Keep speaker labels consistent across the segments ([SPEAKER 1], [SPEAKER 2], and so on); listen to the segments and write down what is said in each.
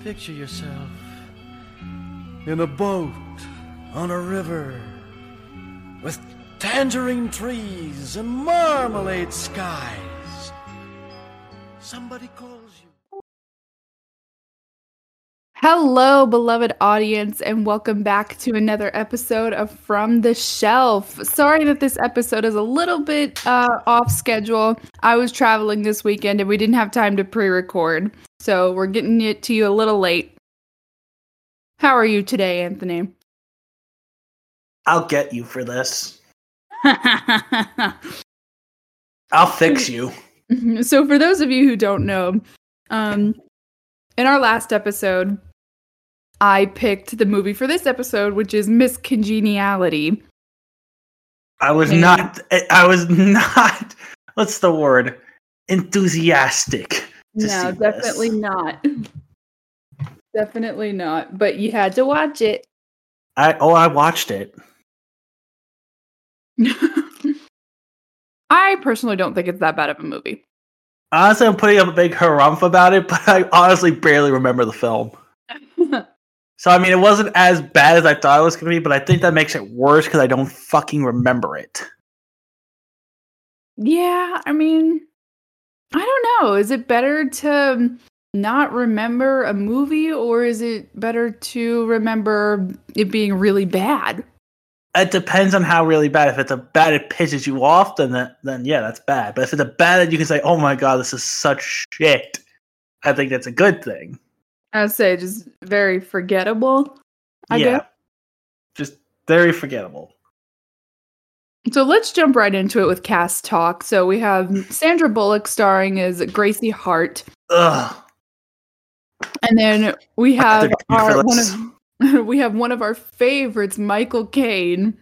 [SPEAKER 1] Picture yourself in a boat on a river with tangerine trees and marmalade skies. Somebody calls you.
[SPEAKER 2] Hello, beloved audience, and welcome back to another episode of From the Shelf. Sorry that this episode is a little bit uh, off schedule. I was traveling this weekend and we didn't have time to pre record, so we're getting it to you a little late. How are you today, Anthony?
[SPEAKER 3] I'll get you for this. I'll fix you.
[SPEAKER 2] so, for those of you who don't know, um, in our last episode, I picked the movie for this episode, which is Miss Congeniality.
[SPEAKER 3] I was
[SPEAKER 2] Maybe.
[SPEAKER 3] not. I was not. What's the word? Enthusiastic. to see
[SPEAKER 2] No,
[SPEAKER 3] this.
[SPEAKER 2] definitely not. Definitely not. But you had to watch it.
[SPEAKER 3] I oh, I watched it.
[SPEAKER 2] I personally don't think it's that bad of a movie.
[SPEAKER 3] Honestly, I'm putting up a big harumph about it, but I honestly barely remember the film. So I mean, it wasn't as bad as I thought it was going to be, but I think that makes it worse because I don't fucking remember it.
[SPEAKER 2] yeah, I mean, I don't know. Is it better to not remember a movie or is it better to remember it being really bad?
[SPEAKER 3] It depends on how really bad. If it's a bad, it pisses you off, then that, then yeah, that's bad. But if it's a bad, that you can say, "Oh my god, this is such shit." I think that's a good thing.
[SPEAKER 2] I'd say just very forgettable. I guess.
[SPEAKER 3] Just very forgettable.
[SPEAKER 2] So let's jump right into it with cast talk. So we have Sandra Bullock starring as Gracie Hart,
[SPEAKER 3] Ugh.
[SPEAKER 2] and then we
[SPEAKER 3] I
[SPEAKER 2] have
[SPEAKER 3] think I'm
[SPEAKER 2] our,
[SPEAKER 3] for
[SPEAKER 2] one
[SPEAKER 3] this.
[SPEAKER 2] of we have one of our favorites, Michael Caine,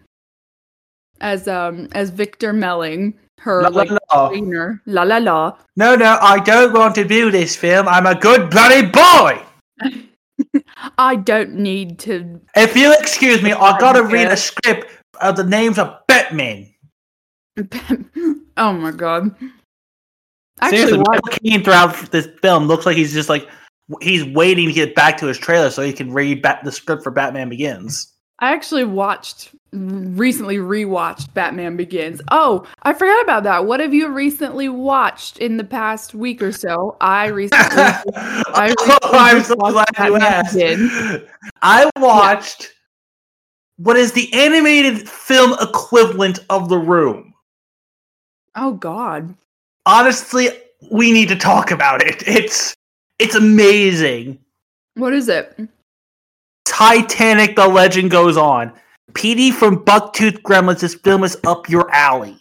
[SPEAKER 2] as um as Victor Melling, her
[SPEAKER 3] No,
[SPEAKER 2] like
[SPEAKER 3] no, no.
[SPEAKER 2] trainer. La la la.
[SPEAKER 3] no, no, I don't want to do this film. I'm a good bloody boy.
[SPEAKER 2] I don't need to.
[SPEAKER 3] If you'll excuse me, I gotta read
[SPEAKER 2] Yeah.
[SPEAKER 3] a script of the names of Batman.
[SPEAKER 2] oh my god. I Actually,
[SPEAKER 3] Seriously,
[SPEAKER 2] watched,
[SPEAKER 3] Michael Caine throughout this film looks like he's just like w- he's waiting to get back to his trailer so he can read bat- the script for Batman Begins.
[SPEAKER 2] I actually watched recently rewatched Batman Begins. Oh, I forgot about that. What have you recently watched in the past week or so? I recently
[SPEAKER 3] I
[SPEAKER 2] recently
[SPEAKER 3] am so
[SPEAKER 2] watched
[SPEAKER 3] glad you
[SPEAKER 2] Batman
[SPEAKER 3] asked.
[SPEAKER 2] Begins.
[SPEAKER 3] I watched what is the animated film equivalent of The Room.
[SPEAKER 2] Oh god.
[SPEAKER 3] Honestly, we need to talk about it. It's it's amazing.
[SPEAKER 2] What is it?
[SPEAKER 3] Titanic: The Legend Goes On. PD from Bucktooth Gremlins. This film is up your alley.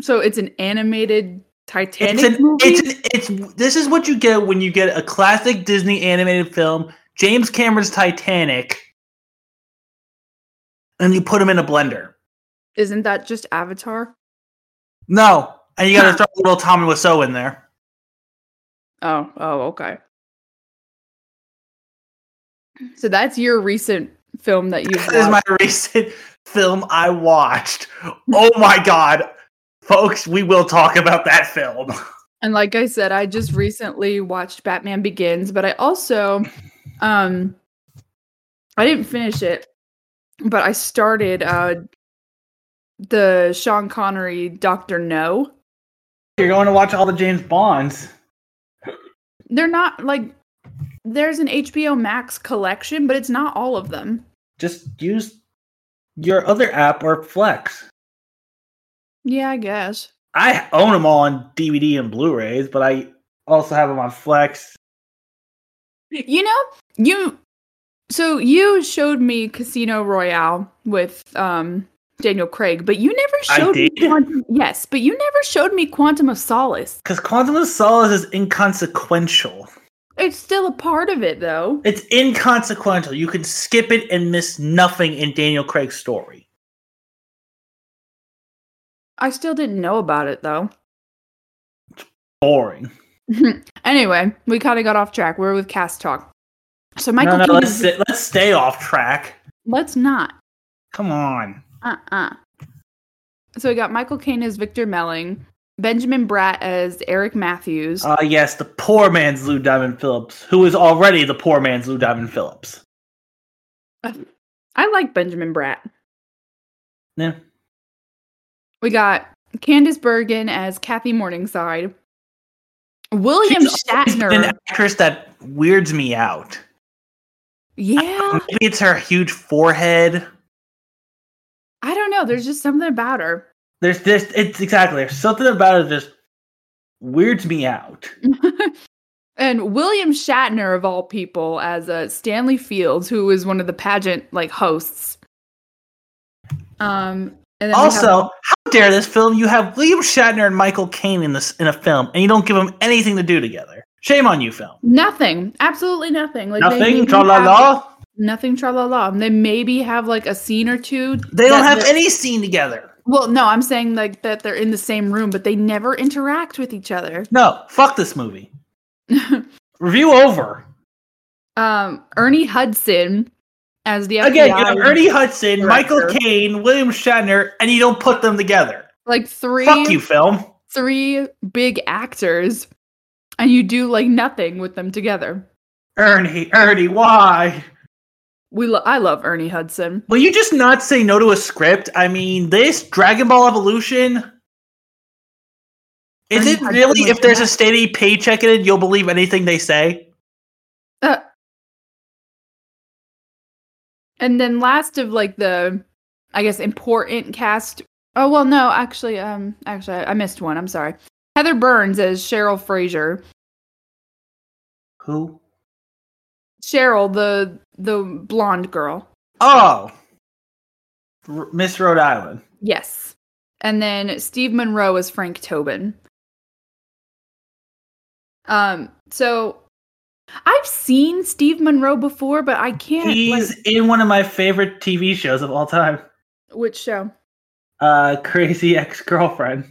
[SPEAKER 2] So it's an animated Titanic
[SPEAKER 3] It's an,
[SPEAKER 2] movie?
[SPEAKER 3] it's an, it's this is what you get when you get a classic Disney animated film, James Cameron's Titanic, and you put them in a blender.
[SPEAKER 2] Isn't that just Avatar?
[SPEAKER 3] No, and you got to throw a little Tommy Wiseau in there.
[SPEAKER 2] Oh, oh, okay. So that's your recent film that you've
[SPEAKER 3] That is my
[SPEAKER 2] watched.
[SPEAKER 3] recent film I watched. Oh my god, folks, we will talk about that film.
[SPEAKER 2] And like I said, I just recently watched Batman Begins, but I also um I didn't finish it, but I started uh the Sean Connery Doctor No.
[SPEAKER 3] You're going to watch all the James Bonds.
[SPEAKER 2] They're not like there's an HBO Max collection, but it's not all of them.
[SPEAKER 3] Just use your other app or Flex.
[SPEAKER 2] Yeah, I guess.
[SPEAKER 3] I own them all on DVD and Blu-rays, but I also have them on Flex.
[SPEAKER 2] You know, you so you showed me Casino Royale with um Daniel Craig, but you never
[SPEAKER 3] I
[SPEAKER 2] showed me
[SPEAKER 3] did.
[SPEAKER 2] Quantum, yes, but you never showed me Quantum of Solace.
[SPEAKER 3] Because Quantum of Solace is inconsequential.
[SPEAKER 2] It's still a part of it though.
[SPEAKER 3] It's inconsequential. You can skip it and miss nothing in Daniel Craig's story.
[SPEAKER 2] I still didn't know about it though.
[SPEAKER 3] Boring.
[SPEAKER 2] Anyway, we kind of got off track. We're with cast talk. So Michael,
[SPEAKER 3] Michael, no, no,
[SPEAKER 2] Caine-
[SPEAKER 3] let's, sit- let's stay off track.
[SPEAKER 2] let's not. Uh-uh.
[SPEAKER 3] Come on.
[SPEAKER 2] Uh uh So we got Michael Caine as Victor Melling, Benjamin Bratt as Eric Matthews.
[SPEAKER 3] Ah, yes, the poor man's Lou Diamond Phillips, who is already the poor man's Lou Diamond Phillips.
[SPEAKER 2] I like Benjamin Bratt.
[SPEAKER 3] Yeah.
[SPEAKER 2] We got Candace Bergen as Kathy Morningside. William
[SPEAKER 3] She's an
[SPEAKER 2] Shatner.
[SPEAKER 3] actress that weirds me out.
[SPEAKER 2] yeah.
[SPEAKER 3] Maybe it's her huge forehead.
[SPEAKER 2] I don't know. There's just something about her.
[SPEAKER 3] There's this. It's exactly there's something about it that just weirds me out.
[SPEAKER 2] and William Shatner, of all people, as uh, Stanley Fields, who is one of the pageant like hosts. Um, and then we have-
[SPEAKER 3] Also, how dare this film? You have William Shatner and Michael Caine in this in a film, and you don't give them anything to do together. Shame on you, film.
[SPEAKER 2] nothing, absolutely nothing. Like they
[SPEAKER 3] Nothing.
[SPEAKER 2] maybe
[SPEAKER 3] Tra la
[SPEAKER 2] have-
[SPEAKER 3] la.
[SPEAKER 2] Nothing. Tra la la. They maybe have like a scene or two.
[SPEAKER 3] They don't
[SPEAKER 2] that-
[SPEAKER 3] have
[SPEAKER 2] that-
[SPEAKER 3] any scene together.
[SPEAKER 2] Well, no, I'm saying like that they're in the same room, but they never interact with each other.
[SPEAKER 3] No, fuck this movie. Review over.
[SPEAKER 2] um, Ernie Hudson as the FBI.
[SPEAKER 3] Again, you have Ernie Hudson,
[SPEAKER 2] director.
[SPEAKER 3] Michael Caine, William Shatner, and you don't put them together.
[SPEAKER 2] like three
[SPEAKER 3] Fuck you, film.
[SPEAKER 2] three big actors, and you do like nothing with them together.
[SPEAKER 3] Ernie, Ernie, why?
[SPEAKER 2] We lo- I love Ernie Hudson.
[SPEAKER 3] Will you just not say no to a script? I mean, this Dragon Ball Evolution. Is
[SPEAKER 2] Ernie
[SPEAKER 3] it
[SPEAKER 2] Hudson
[SPEAKER 3] really
[SPEAKER 2] was
[SPEAKER 3] if there's a
[SPEAKER 2] not-
[SPEAKER 3] steady paycheck in it, you'll believe anything they say?
[SPEAKER 2] Uh, and then last of like the, I guess important cast. Oh well, no, actually, um, actually, I, I missed one. I'm sorry. Heather Burns as Cheryl Fraser.
[SPEAKER 3] Who?
[SPEAKER 2] Cheryl, the the blonde girl.
[SPEAKER 3] Oh, R- Miss Rhode Island.
[SPEAKER 2] Yes. And then Steve Monroe as Frank Tobin. Um, so I've seen Steve Monroe before, but I can't
[SPEAKER 3] He's
[SPEAKER 2] like,
[SPEAKER 3] in one of my favorite TV shows of all time,
[SPEAKER 2] which show?
[SPEAKER 3] uh, Crazy Ex-Girlfriend.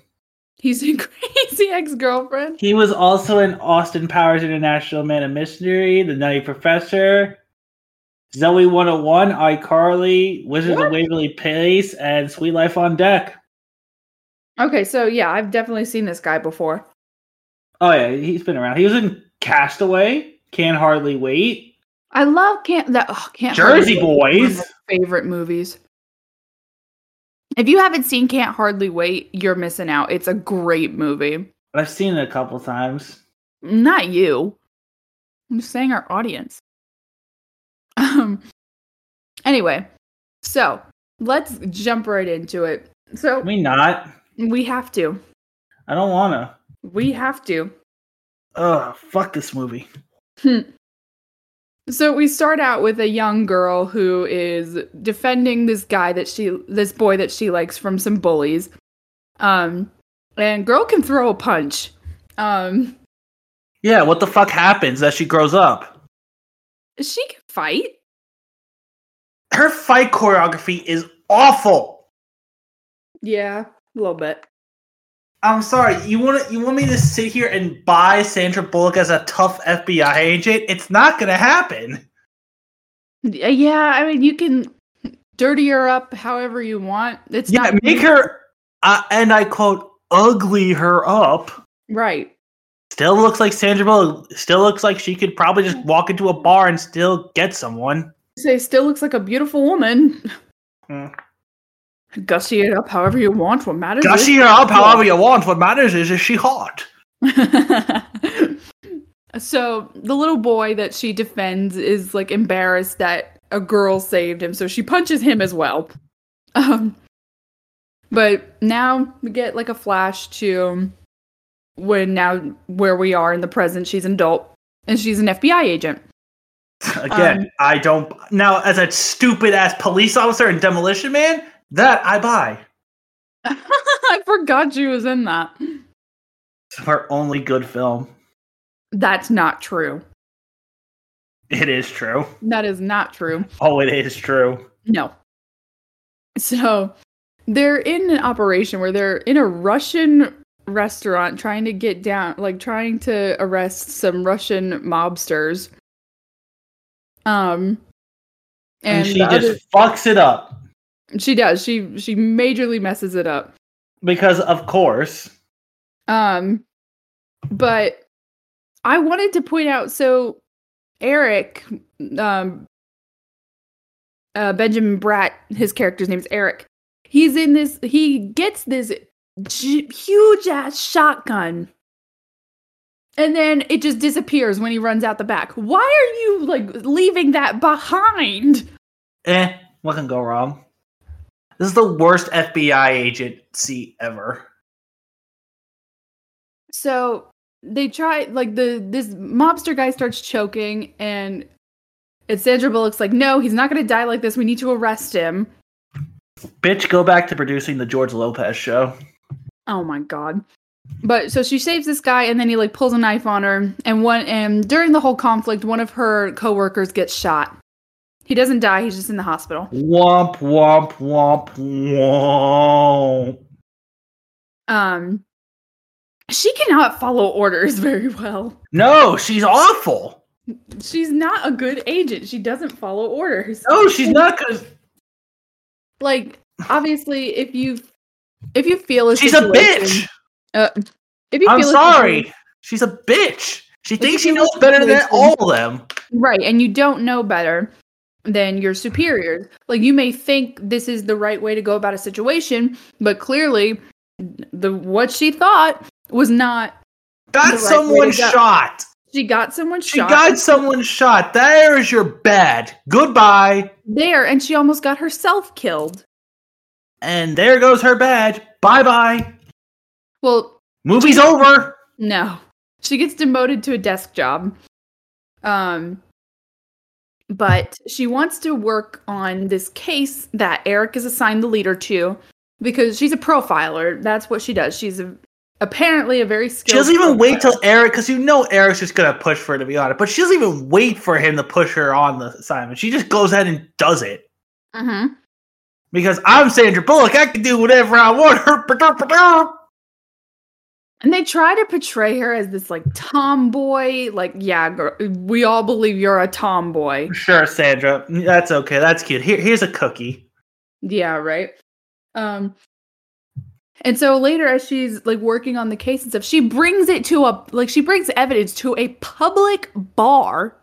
[SPEAKER 2] He's in Crazy Ex-Girlfriend.
[SPEAKER 3] He was also in Austin Powers International Man of Mystery, The Nutty Professor, Zoe 101, iCarly, Wizards
[SPEAKER 2] What?
[SPEAKER 3] of Waverly Place, and Sweet Life on Deck.
[SPEAKER 2] Okay, so yeah, I've definitely seen this guy before.
[SPEAKER 3] Oh, yeah, he's been around. He was in Castaway, Can Hardly Wait,
[SPEAKER 2] I love can't that oh, can't
[SPEAKER 3] Jersey
[SPEAKER 2] Hardly Wait is one of
[SPEAKER 3] Boys.
[SPEAKER 2] my favorite movies. If you haven't seen Can't Hardly Wait, you're missing out. It's a great movie.
[SPEAKER 3] I've seen it a couple times.
[SPEAKER 2] Not you. I'm just saying our audience. Um anyway, so let's jump right into it. So
[SPEAKER 3] Can we not?
[SPEAKER 2] we have to.
[SPEAKER 3] I don't want to.
[SPEAKER 2] We have to.
[SPEAKER 3] Ugh, fuck this movie.
[SPEAKER 2] So we start out with a young girl who is defending this guy that she this boy that she likes from some bullies. Um and girl can throw a punch. Um
[SPEAKER 3] Yeah, what the fuck happens as she grows up?
[SPEAKER 2] she can fight.
[SPEAKER 3] Her fight choreography is awful.
[SPEAKER 2] Yeah, a little bit.
[SPEAKER 3] I'm sorry. You want you want me to sit here and buy Sandra Bullock as a tough FBI agent? It's not gonna happen.
[SPEAKER 2] Y- Yeah, I mean, you can dirty her up however you want. It's
[SPEAKER 3] yeah,
[SPEAKER 2] not
[SPEAKER 3] make her uh, and I quote ugly her up.
[SPEAKER 2] right.
[SPEAKER 3] Still looks like Sandra Bullock. Still looks like she could probably just walk into a bar and still get someone.
[SPEAKER 2] Say, still looks like a beautiful woman.
[SPEAKER 3] Hmm.
[SPEAKER 2] Gussy it up however you want. What matters?
[SPEAKER 3] Gushing her up however you want. What matters is is she hot?
[SPEAKER 2] is- so the little boy that she defends is like embarrassed that a girl saved him, so she punches him as well. Um, but now we get like a flash to when now where we are in the present. She's an adult and she's an FBI agent.
[SPEAKER 3] Again,
[SPEAKER 2] Um,
[SPEAKER 3] I don't. Now, as a stupid ass police officer and demolition man, that I buy.
[SPEAKER 2] I forgot she was in that.
[SPEAKER 3] It's her only good film.
[SPEAKER 2] That's not true.
[SPEAKER 3] It is true.
[SPEAKER 2] That is not true.
[SPEAKER 3] Oh, it is true.
[SPEAKER 2] No. So they're in an operation where they're in a Russian restaurant trying to get down, like trying to arrest some Russian mobsters. Um,
[SPEAKER 3] And,
[SPEAKER 2] and,
[SPEAKER 3] she
[SPEAKER 2] the
[SPEAKER 3] just
[SPEAKER 2] other-
[SPEAKER 3] fucks it up
[SPEAKER 2] she does. She she majorly messes it up.
[SPEAKER 3] because, of course,
[SPEAKER 2] Um, but I wanted to point out so Eric, um, uh, Benjamin Bratt, his character's name's Eric. He's in this. He gets this g- huge ass shotgun, and then it just disappears when he runs out the back. Why are you like leaving that behind?
[SPEAKER 3] Eh, what can go wrong? This is the worst FBI agency ever.
[SPEAKER 2] So they try like the this mobster guy starts choking and and Sandra Bullock's like, no, he's not gonna die like this. We need to arrest him.
[SPEAKER 3] Bitch, go back to producing the George Lopez show.
[SPEAKER 2] Oh my god. But so she saves this guy and then he like pulls a knife on her and one and during the whole conflict, one of her coworkers gets shot. He doesn't die, he's just in the hospital.
[SPEAKER 3] Womp womp womp womp.
[SPEAKER 2] Um she cannot follow orders very well.
[SPEAKER 3] No, she's awful.
[SPEAKER 2] She's not a good agent. She doesn't follow orders.
[SPEAKER 3] No, she's not because
[SPEAKER 2] Like obviously if you if you feel a
[SPEAKER 3] she's a
[SPEAKER 2] situation-
[SPEAKER 3] bitch.
[SPEAKER 2] Uh, if you
[SPEAKER 3] I'm
[SPEAKER 2] feel a
[SPEAKER 3] sorry. She's a bitch. She thinks she
[SPEAKER 2] you
[SPEAKER 3] knows
[SPEAKER 2] look at
[SPEAKER 3] better than
[SPEAKER 2] this-
[SPEAKER 3] all of them.
[SPEAKER 2] Right. And you don't know better than your superiors. Like you may think this is the right way to go about a situation, but clearly the what she thought was not
[SPEAKER 3] Got
[SPEAKER 2] The right way
[SPEAKER 3] someone
[SPEAKER 2] to go.
[SPEAKER 3] shot.
[SPEAKER 2] she got someone
[SPEAKER 3] She
[SPEAKER 2] shot
[SPEAKER 3] got someone shot. There is your bad. Goodbye.
[SPEAKER 2] there and she almost got herself killed.
[SPEAKER 3] And there goes her badge. Bye bye.
[SPEAKER 2] Well,
[SPEAKER 3] Movie's over.
[SPEAKER 2] no. She gets demoted to a desk job. Um but she wants to work on this case that Eric is assigned the leader to because she's a profiler. That's what she does. She's a, apparently a very skilled
[SPEAKER 3] She doesn't even wait
[SPEAKER 2] profiler.
[SPEAKER 3] till Eric, because you know Eric's just gonna push for her to be on it. But she doesn't even wait for him to push her on the assignment. She just goes ahead and does it
[SPEAKER 2] Mhm.
[SPEAKER 3] because I'm Sandra Bullock. I can do whatever I want.
[SPEAKER 2] And they try to portray her as this like tomboy, like yeah, girl, we all believe you're a tomboy.
[SPEAKER 3] Sure, Sandra. That's okay. That's cute. Here, here's a cookie.
[SPEAKER 2] Yeah, right. Um and so later as she's like working on the case and stuff, she brings it to a like she brings evidence to a public bar.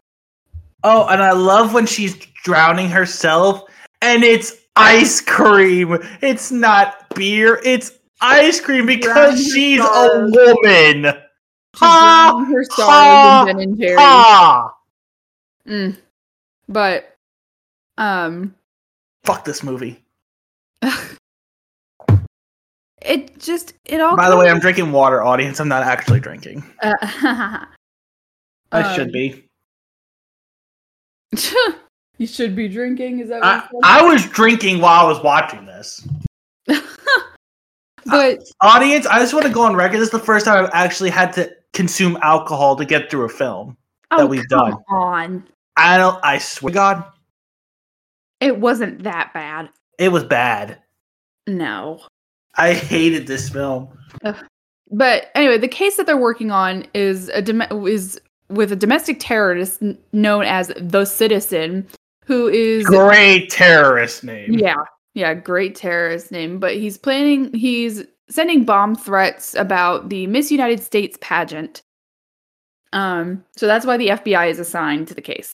[SPEAKER 3] Oh, and I love when she's drowning herself, and it's ice cream. It's not beer. It's ice cream because
[SPEAKER 2] Drowning
[SPEAKER 3] she's a
[SPEAKER 2] herself.
[SPEAKER 3] woman.
[SPEAKER 2] She's
[SPEAKER 3] Ah,
[SPEAKER 2] bringing her
[SPEAKER 3] ah,
[SPEAKER 2] sorrows and Ben and Jerry's.
[SPEAKER 3] Ah,
[SPEAKER 2] Mm. But um
[SPEAKER 3] fuck this movie.
[SPEAKER 2] it just it all
[SPEAKER 3] By the way, I'm
[SPEAKER 2] comes-
[SPEAKER 3] drinking water, audience. I'm not actually drinking.
[SPEAKER 2] uh,
[SPEAKER 3] I
[SPEAKER 2] um,
[SPEAKER 3] should be.
[SPEAKER 2] you should be drinking. Is that
[SPEAKER 3] I,
[SPEAKER 2] what you said?
[SPEAKER 3] I was drinking while I was watching this.
[SPEAKER 2] But
[SPEAKER 3] Audience, I just want to go on record. This is the first time I've actually had to consume alcohol to get through a film.
[SPEAKER 2] oh,
[SPEAKER 3] we've
[SPEAKER 2] come
[SPEAKER 3] done.
[SPEAKER 2] on,
[SPEAKER 3] I don't. I swear, to God,
[SPEAKER 2] it wasn't that bad.
[SPEAKER 3] it was bad.
[SPEAKER 2] No,
[SPEAKER 3] I hated this film.
[SPEAKER 2] but anyway, the case that they're working on is a dom- is with a domestic terrorist n- known as the Citizen, who is
[SPEAKER 3] Great terrorist name.
[SPEAKER 2] yeah yeah great terrorist name, but he's planning he's sending bomb threats about the Miss United States pageant. Um, so that's why the FBI is assigned to the case.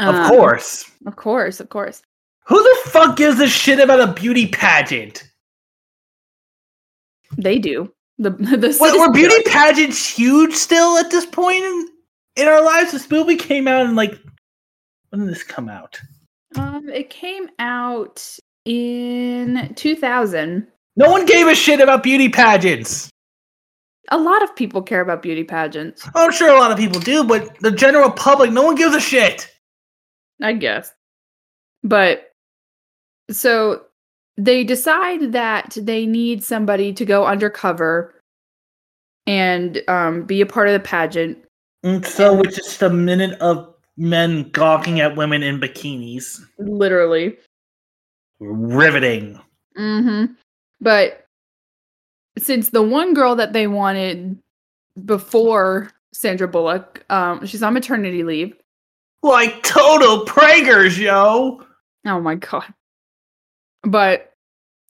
[SPEAKER 3] Of
[SPEAKER 2] Um,
[SPEAKER 3] course.
[SPEAKER 2] Of course, of course.
[SPEAKER 3] Who the fuck gives a shit about a beauty pageant?
[SPEAKER 2] They do. The the
[SPEAKER 3] What,
[SPEAKER 2] citizen-
[SPEAKER 3] were beauty pageants huge still at this point in, in our lives? This movie came out in like when did this come out?
[SPEAKER 2] Um, it came out in 2000.
[SPEAKER 3] No one gave a shit about beauty pageants.
[SPEAKER 2] A lot of people care about beauty pageants,
[SPEAKER 3] I'm sure a lot of people do, but the general public, no one gives a shit.
[SPEAKER 2] I guess. But so they decide that they need somebody to go undercover and um, be a part of the pageant.
[SPEAKER 3] And so it's just a minute of men gawking at women in bikinis.
[SPEAKER 2] Literally,
[SPEAKER 3] Riveting.
[SPEAKER 2] Mm-hmm. But since the one girl that they wanted before Sandra Bullock, um, she's on maternity leave.
[SPEAKER 3] Like total pragers, yo.
[SPEAKER 2] Oh my god. But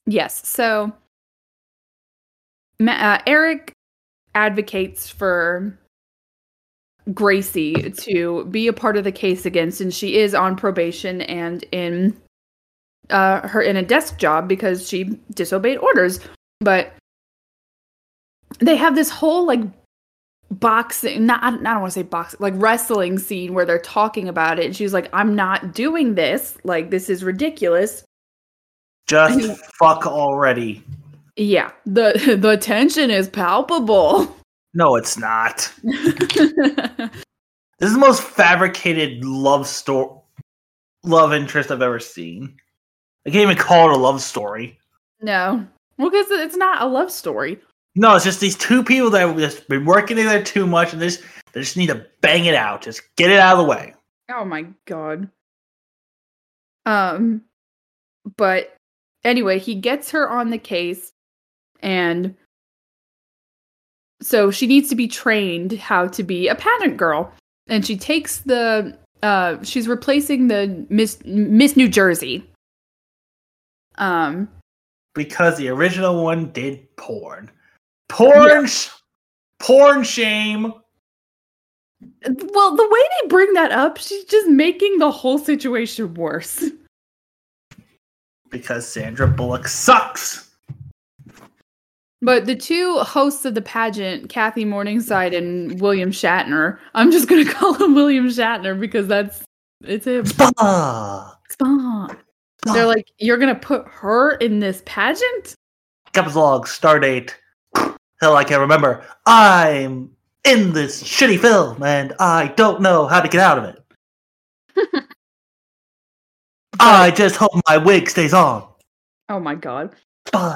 [SPEAKER 2] yes, so Ma- uh, Eric advocates for Gracie to be a part of the case again, since she is on probation and in uh, her in a desk job because she disobeyed orders. But they have this whole like boxing not i don't want to say boxing like wrestling scene where they're talking about it and she's like i'm not doing this like this is ridiculous
[SPEAKER 3] Just fuck already.
[SPEAKER 2] yeah the the tension is palpable
[SPEAKER 3] No, it's not. This is the most fabricated love story, love interest I've ever seen. I can't even call it a love story.
[SPEAKER 2] no well because it's not a love story
[SPEAKER 3] No, it's just these two people that have just been working together too much, and they just, they just need to bang it out. Just get it out of the way.
[SPEAKER 2] Oh my god. Um but anyway, he gets her on the case and so she needs to be trained how to be a pageant girl and she takes the uh she's replacing the Miss Miss New Jersey. Um
[SPEAKER 3] because the original one did porn. Porn, sh- porn shame.
[SPEAKER 2] well, the way they bring that up, she's just making the whole situation worse.
[SPEAKER 3] Because Sandra Bullock sucks.
[SPEAKER 2] But the two hosts of the pageant, Kathy Morningside and William Shatner, I'm just going to call him William Shatner because that's it's him.
[SPEAKER 3] Bah.
[SPEAKER 2] Stop. They're like, you're going to put her in this pageant?
[SPEAKER 3] Caps log, stardate. Hell, I can't remember. I'm in this shitty film, and I don't know how to get out of it. I just hope my wig stays on.
[SPEAKER 2] Oh my god.
[SPEAKER 3] Bah.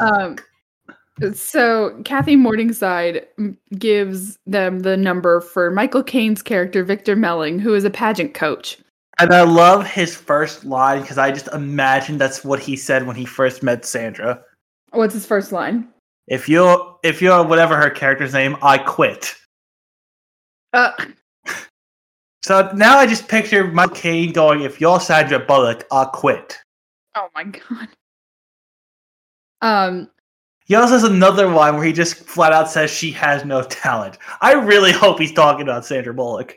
[SPEAKER 2] Um so Kathy Morningside mm, gives them the number for Michael Caine's character Victor Melling, who is a pageant coach.
[SPEAKER 3] And I love his first line because I just imagine that's what he said when he first met Sandra.
[SPEAKER 2] What's his first line?
[SPEAKER 3] If you're if you're whatever her character's name, I quit.
[SPEAKER 2] Uh,
[SPEAKER 3] So now I just picture Mike Kane going, if you're Sandra Bullock, I'll quit.
[SPEAKER 2] oh my god. Um
[SPEAKER 3] He also has another one where he just flat out says she has no talent. I really hope he's talking about Sandra Bullock.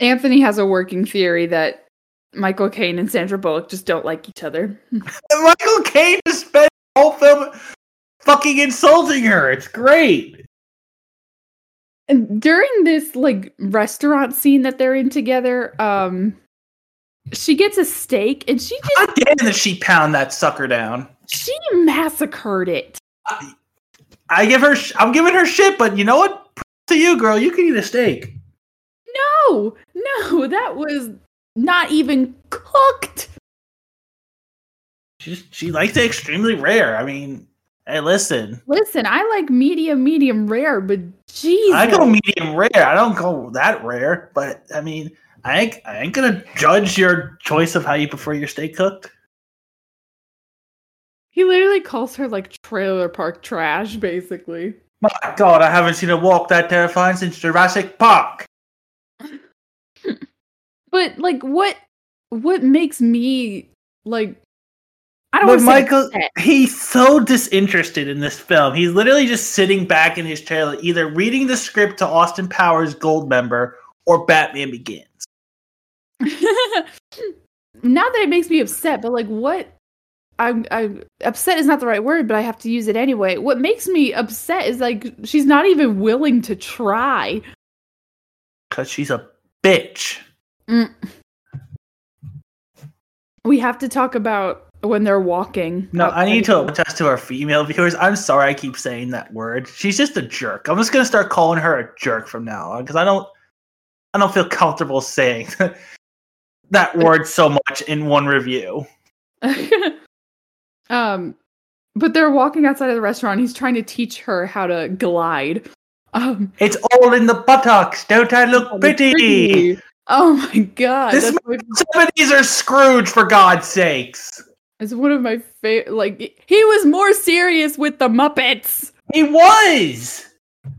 [SPEAKER 2] Anthony has a working theory that Michael Caine and Sandra Bullock just don't like each other.
[SPEAKER 3] And Michael Caine just spent the whole film fucking insulting her. It's great.
[SPEAKER 2] And during this like restaurant scene that they're in together, um she gets a steak and she just
[SPEAKER 3] God damn that she pound that sucker down.
[SPEAKER 2] she massacred it.
[SPEAKER 3] I give her, sh- I'm giving her shit, but you know what? To you, girl, you can eat a steak.
[SPEAKER 2] No, no, that was not even cooked.
[SPEAKER 3] She just, she likes it extremely rare. I mean, hey, listen,
[SPEAKER 2] Listen, I like medium, medium rare, but Jesus.
[SPEAKER 3] I go medium rare. I don't go that rare, but I mean, I ain't, I ain't gonna judge your choice of how you prefer your steak cooked.
[SPEAKER 2] he literally calls her like trailer park trash, basically.
[SPEAKER 3] My God, I haven't seen a walk that terrifying since Jurassic Park.
[SPEAKER 2] But like what what makes me like I don't
[SPEAKER 3] But
[SPEAKER 2] want to
[SPEAKER 3] Michael-
[SPEAKER 2] say upset.
[SPEAKER 3] He's so disinterested in this film. He's literally just sitting back in his trailer, either reading the script to Austin Powers Gold Member or Batman Begins.
[SPEAKER 2] not that it makes me upset, but like what I'm, I'm upset is not the right word, but I have to use it anyway. What makes me upset is like she's not even willing to try.
[SPEAKER 3] Because she's a bitch.
[SPEAKER 2] We have to talk about when they're walking.
[SPEAKER 3] No, I
[SPEAKER 2] outside
[SPEAKER 3] need
[SPEAKER 2] of
[SPEAKER 3] to
[SPEAKER 2] the-
[SPEAKER 3] apologize to our female viewers. I'm sorry I keep saying that word. She's just a jerk. I'm just gonna start calling her a jerk from now on because I don't, I don't feel comfortable saying that word so much in one review.
[SPEAKER 2] um, but they're walking outside of the restaurant. He's trying to teach her how to glide. Um,
[SPEAKER 3] It's all in the buttocks. Don't I look pretty?
[SPEAKER 2] Oh my god,
[SPEAKER 3] This
[SPEAKER 2] that's what-
[SPEAKER 3] Seventies are Scrooge for God's sakes.
[SPEAKER 2] It's one of my favorite. Like he was more serious with the Muppets.
[SPEAKER 3] He was.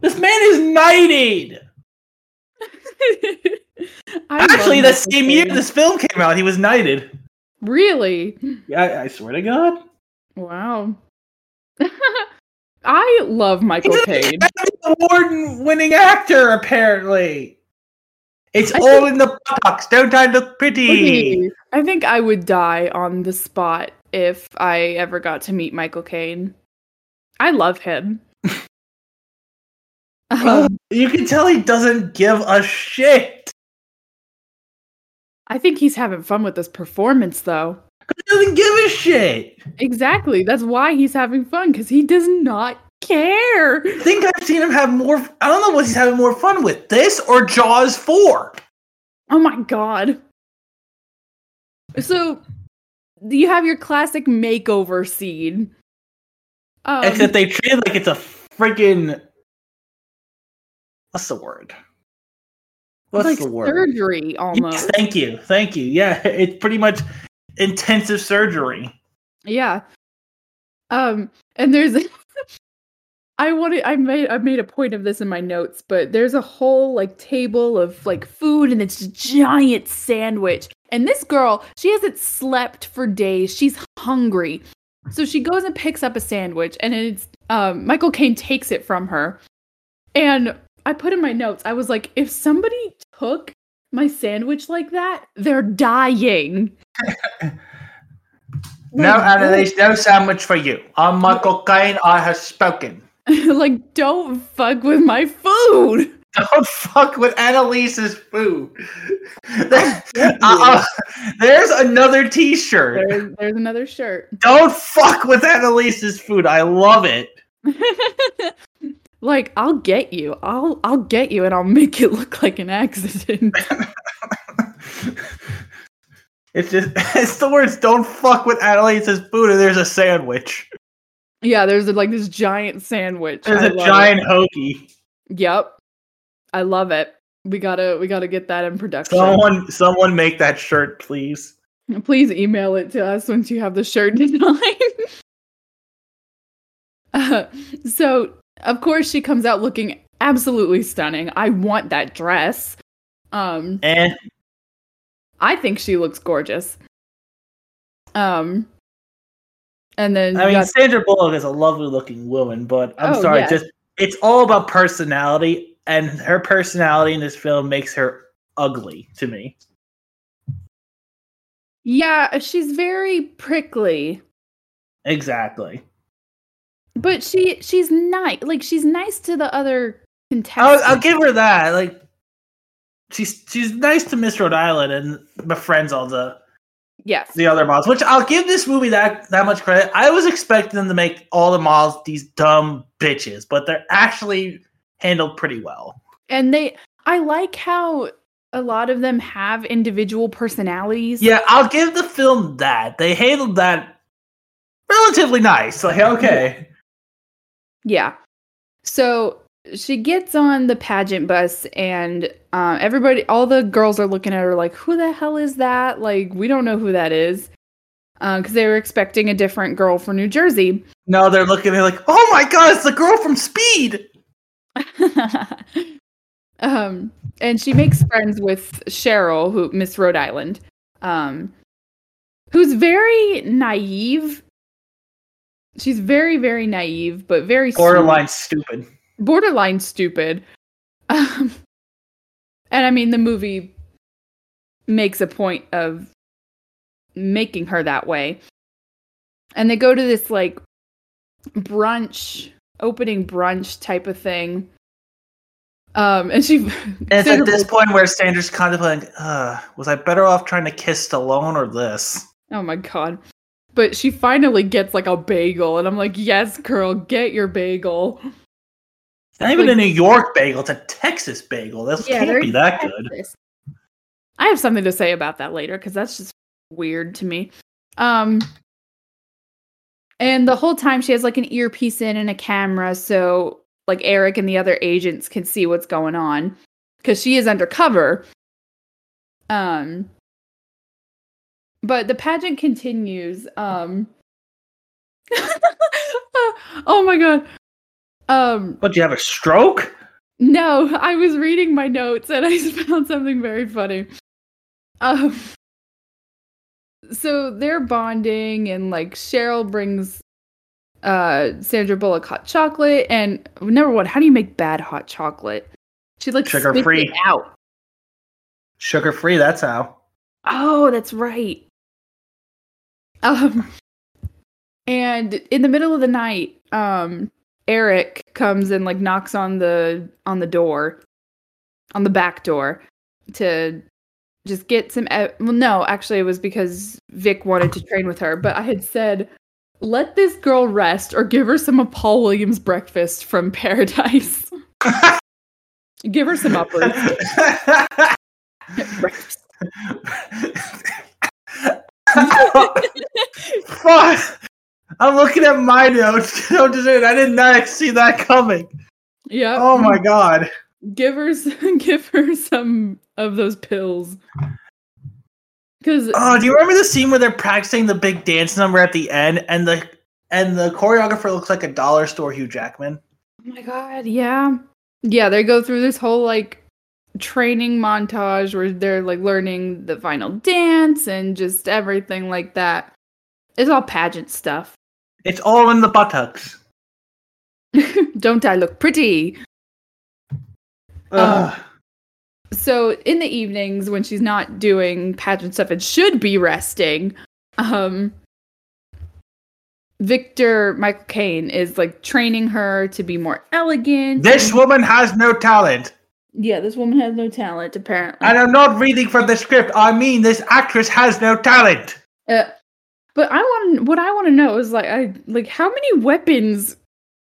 [SPEAKER 3] This man is knighted.
[SPEAKER 2] I
[SPEAKER 3] Actually, the
[SPEAKER 2] love Muppet
[SPEAKER 3] same year
[SPEAKER 2] Baby.
[SPEAKER 3] this film came out, he was knighted.
[SPEAKER 2] really?
[SPEAKER 3] Yeah, I, I swear to God.
[SPEAKER 2] Wow. I love Michael
[SPEAKER 3] He's
[SPEAKER 2] Caine.
[SPEAKER 3] an Award winning actor, apparently. It's
[SPEAKER 2] I
[SPEAKER 3] all in the box. Don't I look pretty?
[SPEAKER 2] I think I would die on the spot if I ever got to meet Michael Caine. I love him. Um,
[SPEAKER 3] You can tell he doesn't give a shit.
[SPEAKER 2] I think he's having fun with this performance, though.
[SPEAKER 3] He doesn't give a shit.
[SPEAKER 2] Exactly. That's why he's having fun because he does not care.
[SPEAKER 3] I think I've seen him have more. I don't know what he's having more fun with this or Jaws 4.
[SPEAKER 2] Oh my god. So you have your classic makeover scene. Um,
[SPEAKER 3] Except they treat it like it's a freaking. What's the word? What's
[SPEAKER 2] like
[SPEAKER 3] the word?
[SPEAKER 2] surgery almost.
[SPEAKER 3] Yes, thank you. Thank you. Yeah, it's pretty much intensive surgery.
[SPEAKER 2] Yeah. Um, and there's I wanted I made I made a point of this in my notes, but there's a whole like table of like food and it's a giant sandwich. And this girl, she hasn't slept for days. She's hungry. So she goes and picks up a sandwich and it's um Michael Caine takes it from her. And I put in my notes, I was like, if somebody took my sandwich like that, they're dying.
[SPEAKER 3] No
[SPEAKER 2] Like,
[SPEAKER 3] and there's no sandwich for you. I'm Michael Caine. I have spoken.
[SPEAKER 2] like, don't fuck with my food.
[SPEAKER 3] Don't Oh, fuck with Annalise's food. There- uh-uh. there's another T-shirt.
[SPEAKER 2] There's, there's another shirt.
[SPEAKER 3] Don't fuck with Annalise's food. I love it.
[SPEAKER 2] like, I'll get you. I'll I'll get you, and I'll make it look like an accident.
[SPEAKER 3] It's just it's the words. Don't fuck with Annalise's food. And there's a sandwich.
[SPEAKER 2] yeah, there's like this giant sandwich.
[SPEAKER 3] There's
[SPEAKER 2] I
[SPEAKER 3] a
[SPEAKER 2] love it.
[SPEAKER 3] giant hoagie.
[SPEAKER 2] Yep, I love it. We gotta we gotta get that in production.
[SPEAKER 3] Someone, someone make that shirt, please.
[SPEAKER 2] Please email it to us once you have the shirt design. Uh, so, of course, she comes out looking absolutely stunning. I want that dress. Um,
[SPEAKER 3] And
[SPEAKER 2] I think she looks gorgeous. Um, and then
[SPEAKER 3] I
[SPEAKER 2] you
[SPEAKER 3] mean,
[SPEAKER 2] got-
[SPEAKER 3] Sandra Bullock is a lovely looking woman, but I'm
[SPEAKER 2] Oh,
[SPEAKER 3] sorry,
[SPEAKER 2] yeah.
[SPEAKER 3] just it's all about personality, and her personality in this film makes her ugly to me.
[SPEAKER 2] yeah, she's very prickly,
[SPEAKER 3] Exactly.
[SPEAKER 2] but she she's nice. Like she's nice to the other
[SPEAKER 3] I'll,
[SPEAKER 2] contestants.
[SPEAKER 3] I'll give her that. Like, she's she's nice to Miss Rhode Island and befriends all the
[SPEAKER 2] yes,
[SPEAKER 3] the other models, which I'll give this movie that that much credit. I was expecting them to make all the models these dumb bitches, but they're actually handled pretty well.
[SPEAKER 2] and they. I like how a lot of them have individual personalities.
[SPEAKER 3] Yeah, I'll give the film that. They handled that relatively nice. Like, okay.
[SPEAKER 2] Yeah. So she gets on the pageant bus, and uh, everybody, all the girls are looking at her like, who the hell is that? Like, we don't know who that is. Because they were expecting a different girl from New Jersey.
[SPEAKER 3] No, they're looking at it like, oh my god, it's the girl from Speed.
[SPEAKER 2] um, and she makes friends with Cheryl, who Miss Rhode Island, um, who's very naive. She's very, very naive, but very sweet.
[SPEAKER 3] Borderline stupid.
[SPEAKER 2] borderline stupid. Um, and I mean, the movie makes a point of making her that way. And they go to this like brunch, opening brunch type of thing. Um, and she,
[SPEAKER 3] And it's at
[SPEAKER 2] Sandra
[SPEAKER 3] this point where Sandra's contemplating, uh, was I better off trying to kiss Stallone or this?
[SPEAKER 2] oh my god. But she finally gets like a bagel, and I'm like, yes, girl, get your bagel.
[SPEAKER 3] It's not even
[SPEAKER 2] Like-
[SPEAKER 3] a New York bagel, it's a Texas bagel. This
[SPEAKER 2] Yeah,
[SPEAKER 3] can't
[SPEAKER 2] they're
[SPEAKER 3] be that good.
[SPEAKER 2] Texas. I have something to say about that later because that's just weird to me. Um, and the whole time she has like an earpiece in and a camera, so like Eric and the other agents can see what's going on because she is undercover. Um, but the pageant continues. Um, oh my god. Um,
[SPEAKER 3] What, do you have a stroke?
[SPEAKER 2] no, I was reading my notes and I found something very funny. Um, so they're bonding, and like Cheryl brings uh, Sandra Bullock hot chocolate. And number one, how do you make bad hot chocolate? She like
[SPEAKER 3] Sugar
[SPEAKER 2] spits
[SPEAKER 3] free.
[SPEAKER 2] it out.
[SPEAKER 3] Sugar free, that's how.
[SPEAKER 2] Oh, that's right. Um, and in the middle of the night, um, Eric comes and like knocks on the on the door, on the back door, to just get some. e- Well, no, actually, it was because Vic wanted to train with her, but I had said, "Let this girl rest, or give her some of Paul Williams breakfast from Paradise. give her some uppers." breakfast.
[SPEAKER 3] Fuck! I'm looking at my notes. No dessert. I did not see that coming.
[SPEAKER 2] Yeah.
[SPEAKER 3] Oh my god.
[SPEAKER 2] give her s- give her some of those pills because
[SPEAKER 3] Oh, do you remember the scene where they're practicing the big dance number at the end, and the and the choreographer looks like a dollar store Hugh Jackman?
[SPEAKER 2] oh my god yeah yeah they go through this whole like training montage where they're like learning the final dance and just everything like that it's all pageant stuff
[SPEAKER 3] It's all in the buttocks.
[SPEAKER 2] don't i look pretty
[SPEAKER 3] Ugh.
[SPEAKER 2] so in the evenings when she's not doing pageant stuff and should be resting um victor michael caine is like training her to be more elegant
[SPEAKER 3] this woman has no talent.
[SPEAKER 2] yeah this woman has no talent apparently
[SPEAKER 3] And I'm not reading from the script. I mean, this actress has no talent.
[SPEAKER 2] Uh, but i want what i want to know is like i like how many weapons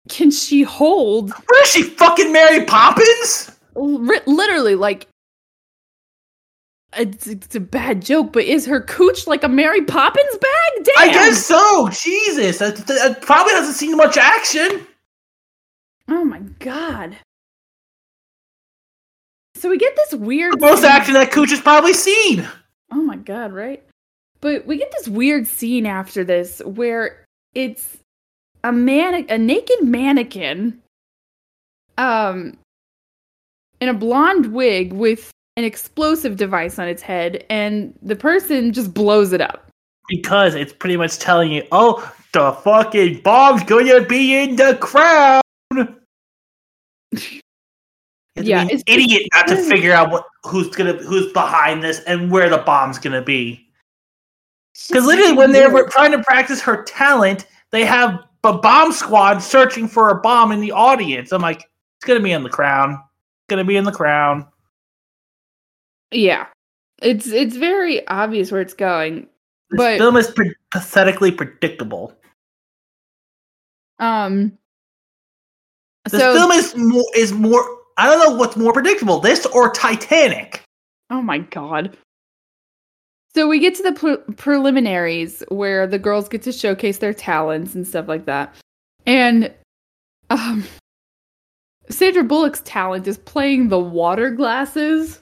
[SPEAKER 2] can she hold
[SPEAKER 3] What is she fucking Mary Poppins?
[SPEAKER 2] Ri- literally like it's, it's a bad joke but is her cooch like a mary poppins bag damn
[SPEAKER 3] I guess so. Jesus, that, that- that probably hasn't seen much action.
[SPEAKER 2] Oh my god. So we get this weird
[SPEAKER 3] The most
[SPEAKER 2] scene-
[SPEAKER 3] action that Cooch has probably seen.
[SPEAKER 2] Oh my god, right? But we get this weird scene after this where it's a man a naked mannequin um in a blonde wig with an explosive device on its head and the person just blows it up.
[SPEAKER 3] Because it's pretty much telling you, oh, the fucking bomb's gonna be in the crowd. You have to
[SPEAKER 2] Yeah,
[SPEAKER 3] be an
[SPEAKER 2] it's-
[SPEAKER 3] idiot not to figure out what who's gonna who's behind this and where the bomb's gonna be. Because literally, when they were trying to practice her talent, they have a bomb squad searching for a bomb in the audience. I'm like, it's gonna be in the crown. It's gonna be in the crown.
[SPEAKER 2] Yeah. It's it's very obvious where it's going.
[SPEAKER 3] This
[SPEAKER 2] But-
[SPEAKER 3] film is pre- pathetically predictable.
[SPEAKER 2] Um
[SPEAKER 3] This film is more is more. I don't know what's more predictable, this or Titanic.
[SPEAKER 2] Oh my god. So we get to the pre- preliminaries where the girls get to showcase their talents and stuff like that. And um Sandra Bullock's talent is playing the water glasses.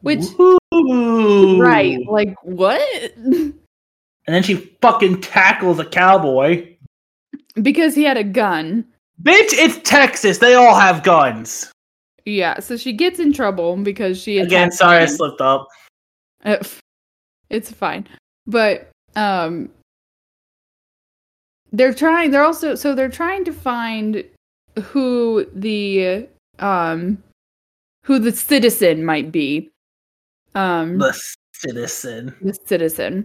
[SPEAKER 2] Which
[SPEAKER 3] Woo.
[SPEAKER 2] right, like what?
[SPEAKER 3] And then she fucking tackles a cowboy.
[SPEAKER 2] because he had a gun.
[SPEAKER 3] Bitch, it's Texas. They all have guns.
[SPEAKER 2] Yeah, so she gets in trouble because she
[SPEAKER 3] Again,
[SPEAKER 2] attacked
[SPEAKER 3] sorry I
[SPEAKER 2] him.
[SPEAKER 3] slipped up.
[SPEAKER 2] Uh, pff, it's fine but um they're trying they're also so they're trying to find who the um who the citizen might be um
[SPEAKER 3] The citizen.
[SPEAKER 2] the citizen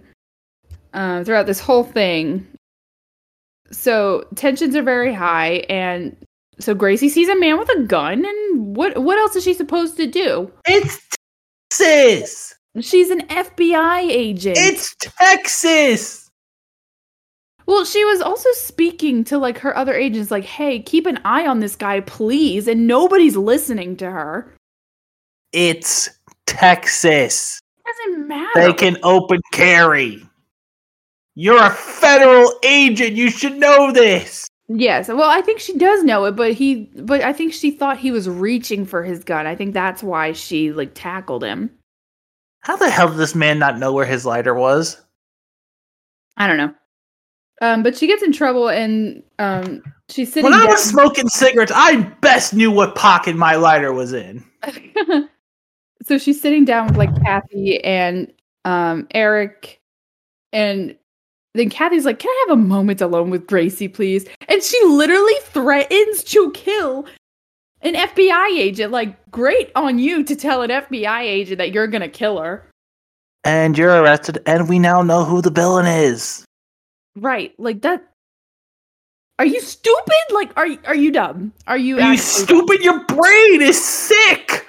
[SPEAKER 2] uh, throughout this whole thing. So tensions are very high, and so Gracie sees a man with a gun, and what what else is she supposed to do?
[SPEAKER 3] It's Texas.
[SPEAKER 2] She's an FBI agent.
[SPEAKER 3] It's Texas.
[SPEAKER 2] Well, she was also speaking to like her other agents, like, hey, keep an eye on this guy, please. And nobody's listening to her.
[SPEAKER 3] It's Texas.
[SPEAKER 2] doesn't matter.
[SPEAKER 3] They can open carry. You're a federal agent. You should know this.
[SPEAKER 2] yes. Well, I think she does know it, but he, but I think she thought he was reaching for his gun. I think that's why she like tackled him.
[SPEAKER 3] How the hell did this man not know where his lighter was?
[SPEAKER 2] I don't know. Um, but she gets in trouble and um, she's sitting
[SPEAKER 3] When I
[SPEAKER 2] down.
[SPEAKER 3] was smoking cigarettes, I best knew what pocket my lighter was in.
[SPEAKER 2] so she's sitting down with like Kathy and um, Eric, and Then Kathy's like, Can I have a moment alone with Gracie, please? And she literally threatens to kill an FBI agent. Like, great on you to tell an FBI agent that you're going to kill her.
[SPEAKER 3] And you're arrested, and we now know who the villain is.
[SPEAKER 2] Right. Like, that. Are you stupid? Like, are, are you dumb? Are you.
[SPEAKER 3] You
[SPEAKER 2] actually-
[SPEAKER 3] stupid, your brain is sick!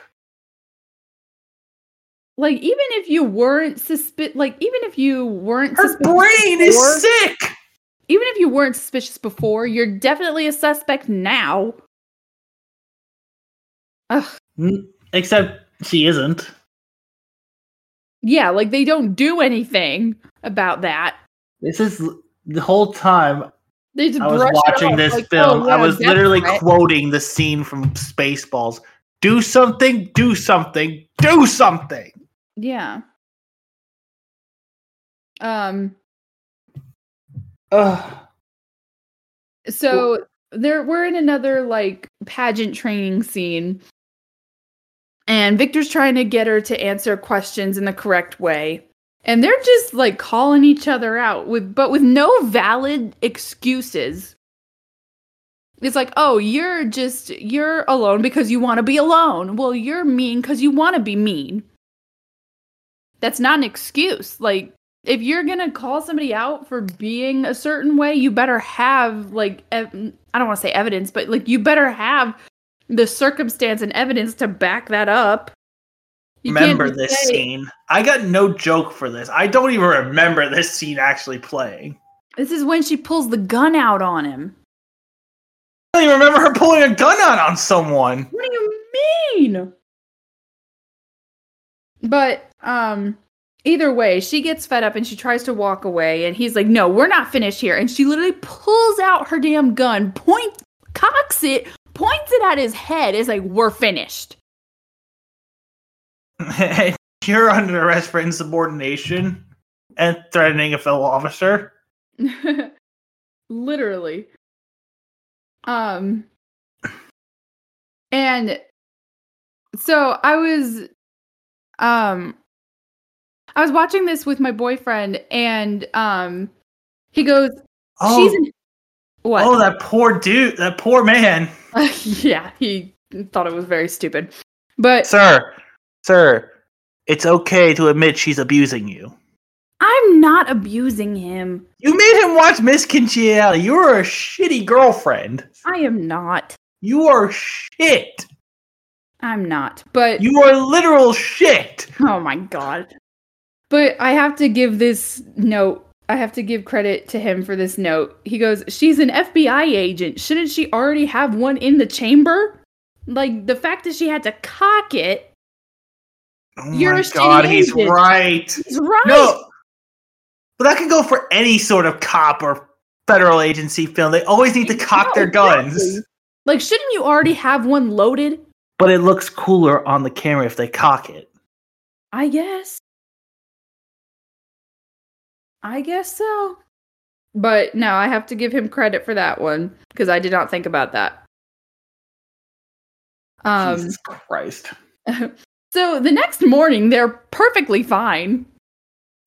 [SPEAKER 2] Like, even if you weren't suspi- like, even if you weren't
[SPEAKER 3] Her
[SPEAKER 2] suspicious
[SPEAKER 3] brain is
[SPEAKER 2] before-
[SPEAKER 3] sick!
[SPEAKER 2] even if you weren't suspicious before, you're definitely a suspect now. Ugh.
[SPEAKER 3] Except she isn't.
[SPEAKER 2] Yeah, like they don't do anything about that.
[SPEAKER 3] This is the whole time
[SPEAKER 2] They just
[SPEAKER 3] I was
[SPEAKER 2] brush it
[SPEAKER 3] watching
[SPEAKER 2] off,
[SPEAKER 3] this
[SPEAKER 2] like,
[SPEAKER 3] film.
[SPEAKER 2] oh,
[SPEAKER 3] I
[SPEAKER 2] yeah,
[SPEAKER 3] was literally
[SPEAKER 2] desperate.
[SPEAKER 3] quoting the scene from Spaceballs. Do something, do something, do something.
[SPEAKER 2] yeah. Um.
[SPEAKER 3] Ugh.
[SPEAKER 2] So there, we're in another like pageant training scene, and Victor's trying to get her to answer questions in the correct way, and they're just like calling each other out with, but with no valid excuses. It's like, oh, you're just you're alone because you want to be alone. Well, you're mean because you want to be mean. That's not an excuse. Like if you're gonna call somebody out for being a certain way, you better have like ev- I don't want to say evidence, but like you better have the circumstance and evidence to back that up. You can't
[SPEAKER 3] remember
[SPEAKER 2] just
[SPEAKER 3] this
[SPEAKER 2] say-
[SPEAKER 3] scene. I got no joke for this. I don't even remember this scene actually playing.
[SPEAKER 2] This is when she pulls the gun out on him.
[SPEAKER 3] I don't even remember her pulling a gun out on someone.
[SPEAKER 2] What do you mean? But um either way, she gets fed up and she tries to walk away and he's like, "No, we're not finished here." And she literally pulls out her damn gun, point cocks it, points it at his head. Is like, "We're finished."
[SPEAKER 3] You're under arrest for insubordination and threatening a fellow officer.
[SPEAKER 2] literally. Um and so I was um I was watching this with my boyfriend and um he goes
[SPEAKER 3] Oh,
[SPEAKER 2] she's in what?
[SPEAKER 3] oh, that poor dude, that poor man.
[SPEAKER 2] yeah, he thought it was very stupid. But
[SPEAKER 3] Sir, sir, it's okay to admit she's abusing you.
[SPEAKER 2] I'm not abusing him.
[SPEAKER 3] You made him watch Miss Congeniality. You are a shitty girlfriend.
[SPEAKER 2] I am not.
[SPEAKER 3] You are shit.
[SPEAKER 2] I'm not. But
[SPEAKER 3] You are literal shit.
[SPEAKER 2] Oh my god. But I have to give this note. I have to give credit to him for this note. He goes, "She's an FBI agent. Shouldn't she already have one in the chamber?" Like the fact that she had to cock it.
[SPEAKER 3] Oh
[SPEAKER 2] You're
[SPEAKER 3] my
[SPEAKER 2] a shitty
[SPEAKER 3] god, he's
[SPEAKER 2] agent.
[SPEAKER 3] right.
[SPEAKER 2] He's right.
[SPEAKER 3] No, but that could go for any sort of cop or federal agency film. They always need to cock
[SPEAKER 2] No,
[SPEAKER 3] their guns.
[SPEAKER 2] exactly. Like shouldn't you already have one loaded?
[SPEAKER 3] But it looks cooler on the camera if they cock it.
[SPEAKER 2] I guess. I guess so. But no, I have to give him credit for that one because I did not think about that. Um
[SPEAKER 3] Jesus Christ.
[SPEAKER 2] So the next morning, they're perfectly fine.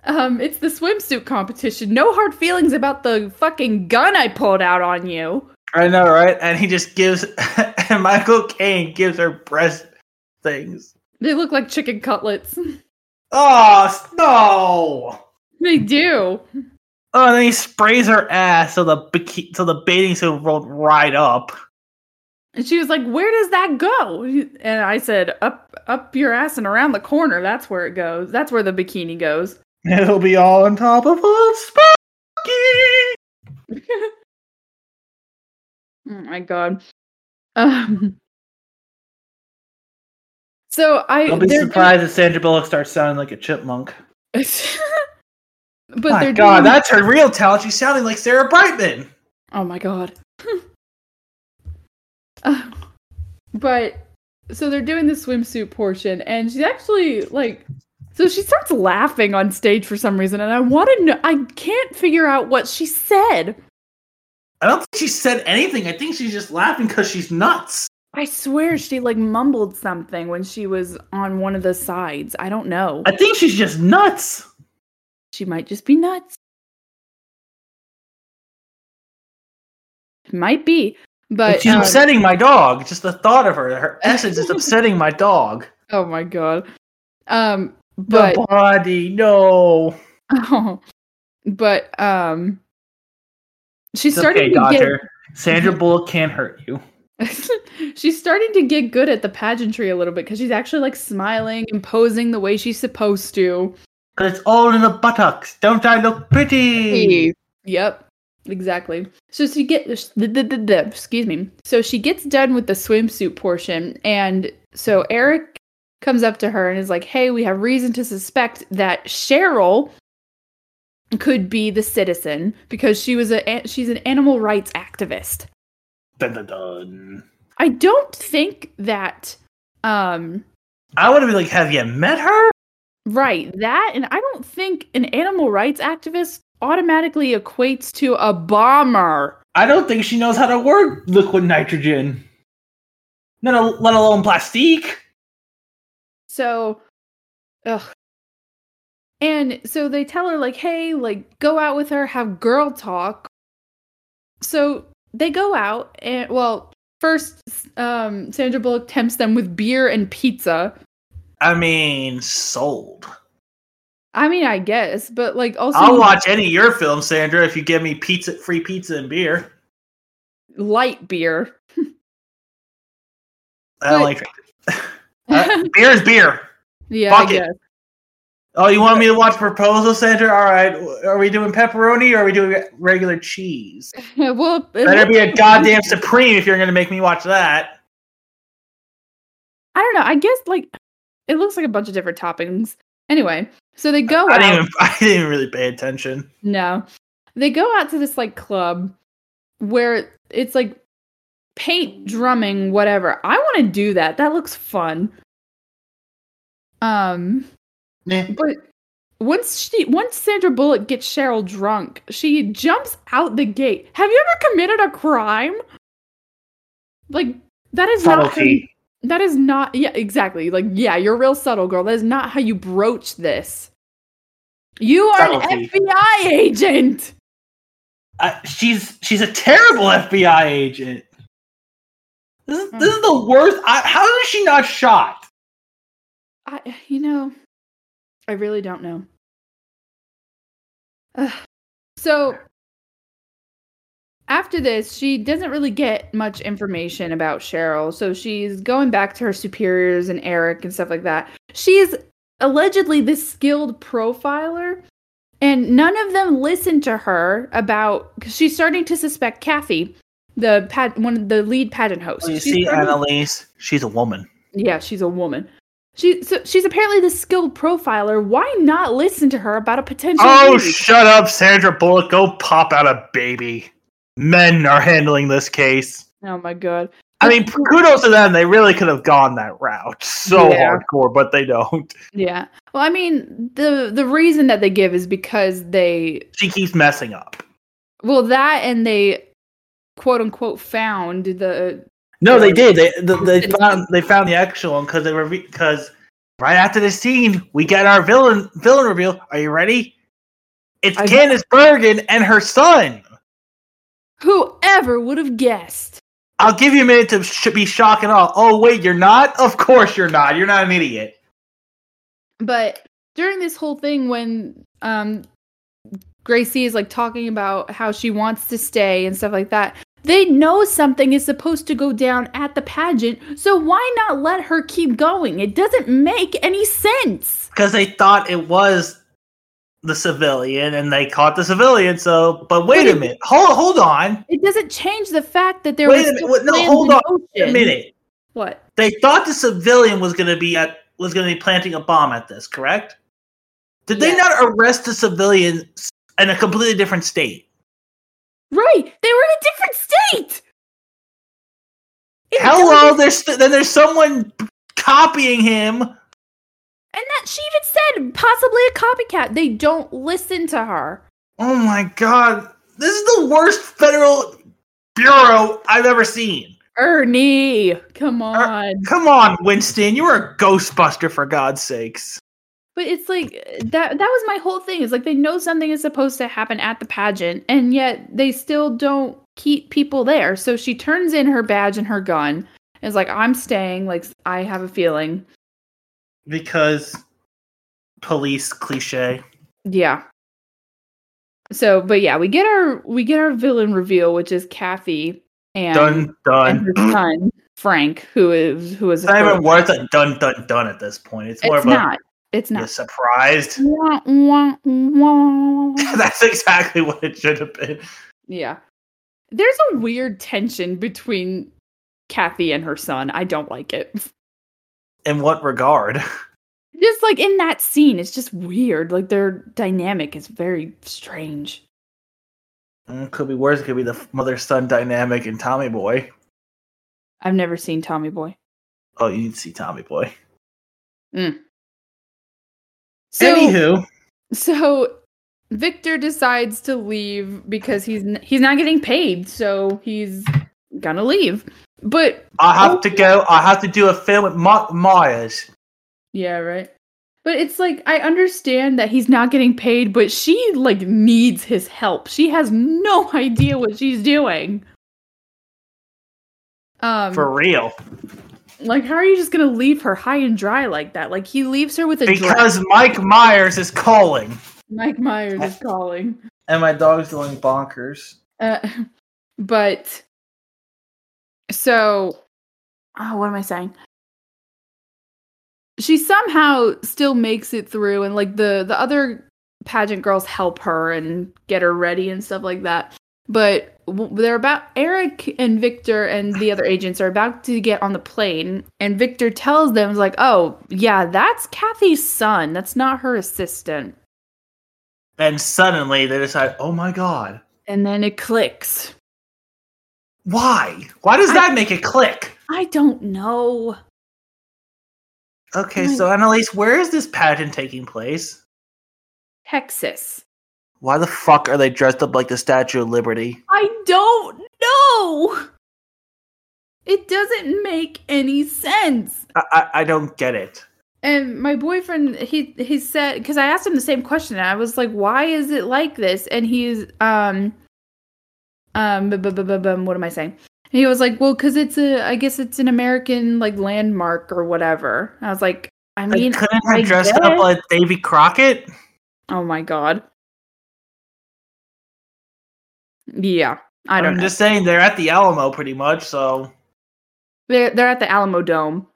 [SPEAKER 2] Um, it's the swimsuit competition. No hard feelings about the fucking gun I pulled out on you.
[SPEAKER 3] I know, right? And he just gives, and Michael Caine gives her breast things.
[SPEAKER 2] They look like chicken cutlets.
[SPEAKER 3] Oh, s- no!
[SPEAKER 2] they do.
[SPEAKER 3] Oh, and then he sprays her ass so the biki- so the bathing suit won't ride up.
[SPEAKER 2] And she was like, "Where does that go?" And I said, "Up, up your ass and around the corner. That's where it goes. That's where the bikini goes."
[SPEAKER 3] It'll be all on top of old Sparky!
[SPEAKER 2] Oh my god. Um. So I
[SPEAKER 3] Don't be
[SPEAKER 2] they're doing-
[SPEAKER 3] surprised if Sandra Bullock starts sounding like a chipmunk.
[SPEAKER 2] but
[SPEAKER 3] My
[SPEAKER 2] they're
[SPEAKER 3] God,
[SPEAKER 2] doing-
[SPEAKER 3] that's her real talent. She's sounding like Sarah Brightman.
[SPEAKER 2] Oh my god. Uh, but so they're doing the swimsuit portion, and she's actually like, so she starts laughing on stage for some reason, and I want to know. I can't figure out what she said.
[SPEAKER 3] I don't think she said anything. I think she's just laughing because she's nuts.
[SPEAKER 2] I swear she like mumbled something when she was on one of the sides. I don't know.
[SPEAKER 3] I think she's just nuts.
[SPEAKER 2] She might just be nuts. Might be, but
[SPEAKER 3] she's
[SPEAKER 2] um,
[SPEAKER 3] upsetting my dog. Just the thought of her, her essence is upsetting my dog.
[SPEAKER 2] oh my god. Um, but
[SPEAKER 3] the body, no.
[SPEAKER 2] but um, she's
[SPEAKER 3] It's
[SPEAKER 2] starting to
[SPEAKER 3] okay,
[SPEAKER 2] get
[SPEAKER 3] Doctor. Sandra Bullock can't hurt you.
[SPEAKER 2] she's starting to get good at the pageantry a little bit because she's actually like smiling and posing the way she's supposed to.
[SPEAKER 3] Cause it's all in the buttocks. Don't I look pretty?
[SPEAKER 2] Yep, exactly. So she get the, the, the, the, excuse me. So she gets done with the swimsuit portion, and so Eric comes up to her and is like, "Hey, we have reason to suspect that Cheryl." could be the citizen because she was a she's an animal rights activist
[SPEAKER 3] Dun, dun, dun.
[SPEAKER 2] I don't think that um
[SPEAKER 3] I would have been like, have you met her?
[SPEAKER 2] right that and I don't think an animal rights activist automatically equates to a bomber.
[SPEAKER 3] I don't think she knows how to work liquid nitrogen. No, no, let alone plastique.
[SPEAKER 2] So ugh. And so they tell her like, "Hey, like go out with her, have girl talk." So they go out and well, first um Sandra Bullock tempts them with beer and pizza.
[SPEAKER 3] I mean, sold.
[SPEAKER 2] I mean, I guess, but like also
[SPEAKER 3] I'll watch any of your films, Sandra, if you give me pizza, free pizza and beer.
[SPEAKER 2] light beer.
[SPEAKER 3] I don't
[SPEAKER 2] But-
[SPEAKER 3] like drinking. Uh, beer is beer.
[SPEAKER 2] yeah, I
[SPEAKER 3] fuck it.
[SPEAKER 2] guess.
[SPEAKER 3] Oh, you want me to watch Proposal, Sandra? All right. Are we doing pepperoni or are we doing regular cheese?
[SPEAKER 2] well, it
[SPEAKER 3] Better
[SPEAKER 2] looks-
[SPEAKER 3] be a goddamn supreme if you're going to make me watch that.
[SPEAKER 2] I don't know. I guess like it looks like a bunch of different toppings. Anyway, so they go
[SPEAKER 3] I
[SPEAKER 2] out.
[SPEAKER 3] didn't even. I didn't even really pay attention.
[SPEAKER 2] No, they go out to this like club where it's like paint drumming, whatever. I want to do that. That looks fun. Um,
[SPEAKER 3] Yeah.
[SPEAKER 2] but once she once Sandra Bullock gets Cheryl drunk, she jumps out the gate. Have you ever committed a crime? Like that is not how you-
[SPEAKER 3] Subtlety.
[SPEAKER 2] That is not yeah, exactly. Like yeah, you're a real subtle girl. That is not how you broach this. You are
[SPEAKER 3] Subtlety.
[SPEAKER 2] an FBI agent.
[SPEAKER 3] I, Uh, she's she's a terrible FBI agent. This is this is the worst. I, how is she not shot?
[SPEAKER 2] I you know, I really don't know. Ugh. So after this, she doesn't really get much information about Cheryl. So she's going back to her superiors and Eric and stuff like that. She's allegedly this skilled profiler, and none of them listen to her about because she's starting to suspect Kathy, the pad, one of the lead pageant host.
[SPEAKER 3] Well, you
[SPEAKER 2] She's
[SPEAKER 3] see,
[SPEAKER 2] starting-
[SPEAKER 3] Annalise, she's a woman.
[SPEAKER 2] yeah, she's a woman. She so she's apparently the skilled profiler. Why not listen to her about a potential?
[SPEAKER 3] Oh,
[SPEAKER 2] lead?
[SPEAKER 3] shut up, Sandra Bullock. Go pop out a baby. Men are handling this case.
[SPEAKER 2] oh my god.
[SPEAKER 3] I mean, kudos to them. They really could have gone that route so
[SPEAKER 2] Yeah.
[SPEAKER 3] hardcore, but they don't.
[SPEAKER 2] Yeah. Well, I mean, the the reason that they give is because they
[SPEAKER 3] She keeps messing up.
[SPEAKER 2] well that and they quote unquote found the
[SPEAKER 3] No, they did. They they, they found they found the actual one because they were because right after the scene we get our villain villain reveal. Are you ready? It's
[SPEAKER 2] I'm-
[SPEAKER 3] Candace Bergen and her son.
[SPEAKER 2] whoever would have guessed.
[SPEAKER 3] I'll give you a minute to sh- be shocked and all. Oh wait, you're not. Of course you're not. You're not an idiot.
[SPEAKER 2] But during this whole thing, when um, Gracie is like talking about how she wants to stay and stuff like that, they know something is supposed to go down at the pageant. So why not let her keep going? It doesn't make any sense.
[SPEAKER 3] Because they thought it was the civilian and they caught the civilian. So, but wait a minute. Hold hold on.
[SPEAKER 2] It doesn't change the fact that there
[SPEAKER 3] Wait
[SPEAKER 2] was
[SPEAKER 3] a minute,
[SPEAKER 2] still
[SPEAKER 3] what- no,
[SPEAKER 2] plans
[SPEAKER 3] hold
[SPEAKER 2] in
[SPEAKER 3] on, Wait a
[SPEAKER 2] motion.
[SPEAKER 3] minute.
[SPEAKER 2] What?
[SPEAKER 3] they thought the civilian was going to be at was going to be planting a bomb at this correct did they
[SPEAKER 2] Yes.
[SPEAKER 3] not arrest the civilian s- in a completely different state
[SPEAKER 2] Right? They were in a different state. It
[SPEAKER 3] hello
[SPEAKER 2] doesn't-
[SPEAKER 3] there's then there's someone copying him
[SPEAKER 2] and that she even said possibly a copycat. They don't listen to her.
[SPEAKER 3] oh my god this is the worst federal bureau i've ever seen
[SPEAKER 2] Ernie, come on.
[SPEAKER 3] Er come on winston you were a ghostbuster for god's sakes
[SPEAKER 2] But it's like eh, that that was my whole thing. It's like they know something is supposed to happen at the pageant and yet they still don't keep people there. So she turns in her badge and her gun. And it's like I'm staying, like I have a feeling.
[SPEAKER 3] because police cliche.
[SPEAKER 2] Yeah. So, but yeah, we get our we get our villain reveal, which is Kathy and,
[SPEAKER 3] Dun
[SPEAKER 2] and
[SPEAKER 3] dun.
[SPEAKER 2] her son Frank, who is who is
[SPEAKER 3] It's not
[SPEAKER 2] her-
[SPEAKER 3] even worth a dun dun dun at this point. It's more
[SPEAKER 2] It's
[SPEAKER 3] of a
[SPEAKER 2] not. It's
[SPEAKER 3] you're
[SPEAKER 2] not.
[SPEAKER 3] surprised.
[SPEAKER 2] Wah, wah, wah.
[SPEAKER 3] That's exactly what it should have been.
[SPEAKER 2] yeah. There's a weird tension between Kathy and her son. I don't like it.
[SPEAKER 3] In what regard?
[SPEAKER 2] Just like in that scene, it's just weird. Like their dynamic is very strange.
[SPEAKER 3] Mm, Could be worse. It could be the mother son dynamic in Tommy Boy.
[SPEAKER 2] I've never seen Tommy Boy.
[SPEAKER 3] Oh, you need to see Tommy Boy.
[SPEAKER 2] So,
[SPEAKER 3] Anywho,
[SPEAKER 2] so Victor decides to leave because he's n- he's not getting paid, so he's gonna leave. But
[SPEAKER 3] I have to go. I have to do a film with Mark Myers.
[SPEAKER 2] yeah, right. But it's like I understand that he's not getting paid, but she like needs his help. She has no idea what she's doing. Um,
[SPEAKER 3] For real.
[SPEAKER 2] like how are you just gonna leave her high and dry like that? Like he leaves her with a dress.
[SPEAKER 3] Because Mike Myers is calling.
[SPEAKER 2] Mike Myers is calling.
[SPEAKER 3] And my dog's going bonkers.
[SPEAKER 2] Uh, but so, oh, what am I saying? She somehow still makes it through, and like the the other pageant girls help her and get her ready and stuff like that. But w- they're about Eric and Victor and the other agents are about to get on the plane, and Victor tells them, "Is like, oh yeah, that's Kathy's son. That's not her assistant."
[SPEAKER 3] And suddenly they decide, oh my God,
[SPEAKER 2] And then it clicks.
[SPEAKER 3] why? Why does
[SPEAKER 2] I-
[SPEAKER 3] that make it click?
[SPEAKER 2] I don't know.
[SPEAKER 3] Okay,
[SPEAKER 2] Right.
[SPEAKER 3] so Annalise, where is this pageant taking place?
[SPEAKER 2] Texas.
[SPEAKER 3] Why the fuck are they dressed up like the Statue of Liberty?
[SPEAKER 2] I don't know. It doesn't make any sense.
[SPEAKER 3] I, I, I don't get it.
[SPEAKER 2] And my boyfriend, he he said because I asked him the same question. And I was like, "Why is it like this?" And he's um um bu- bu- bu- bu- bum, what am I saying? And he was like, "Well, because it's a I guess it's an American like landmark or whatever." And I was like, "I
[SPEAKER 3] I
[SPEAKER 2] mean,
[SPEAKER 3] couldn't
[SPEAKER 2] I
[SPEAKER 3] have dressed up
[SPEAKER 2] guess-
[SPEAKER 3] like Davy Crockett.
[SPEAKER 2] oh my god, yeah, I don't
[SPEAKER 3] am
[SPEAKER 2] know.
[SPEAKER 3] just saying they're at the Alamo pretty much, so
[SPEAKER 2] They're they're at the Alamo Dome."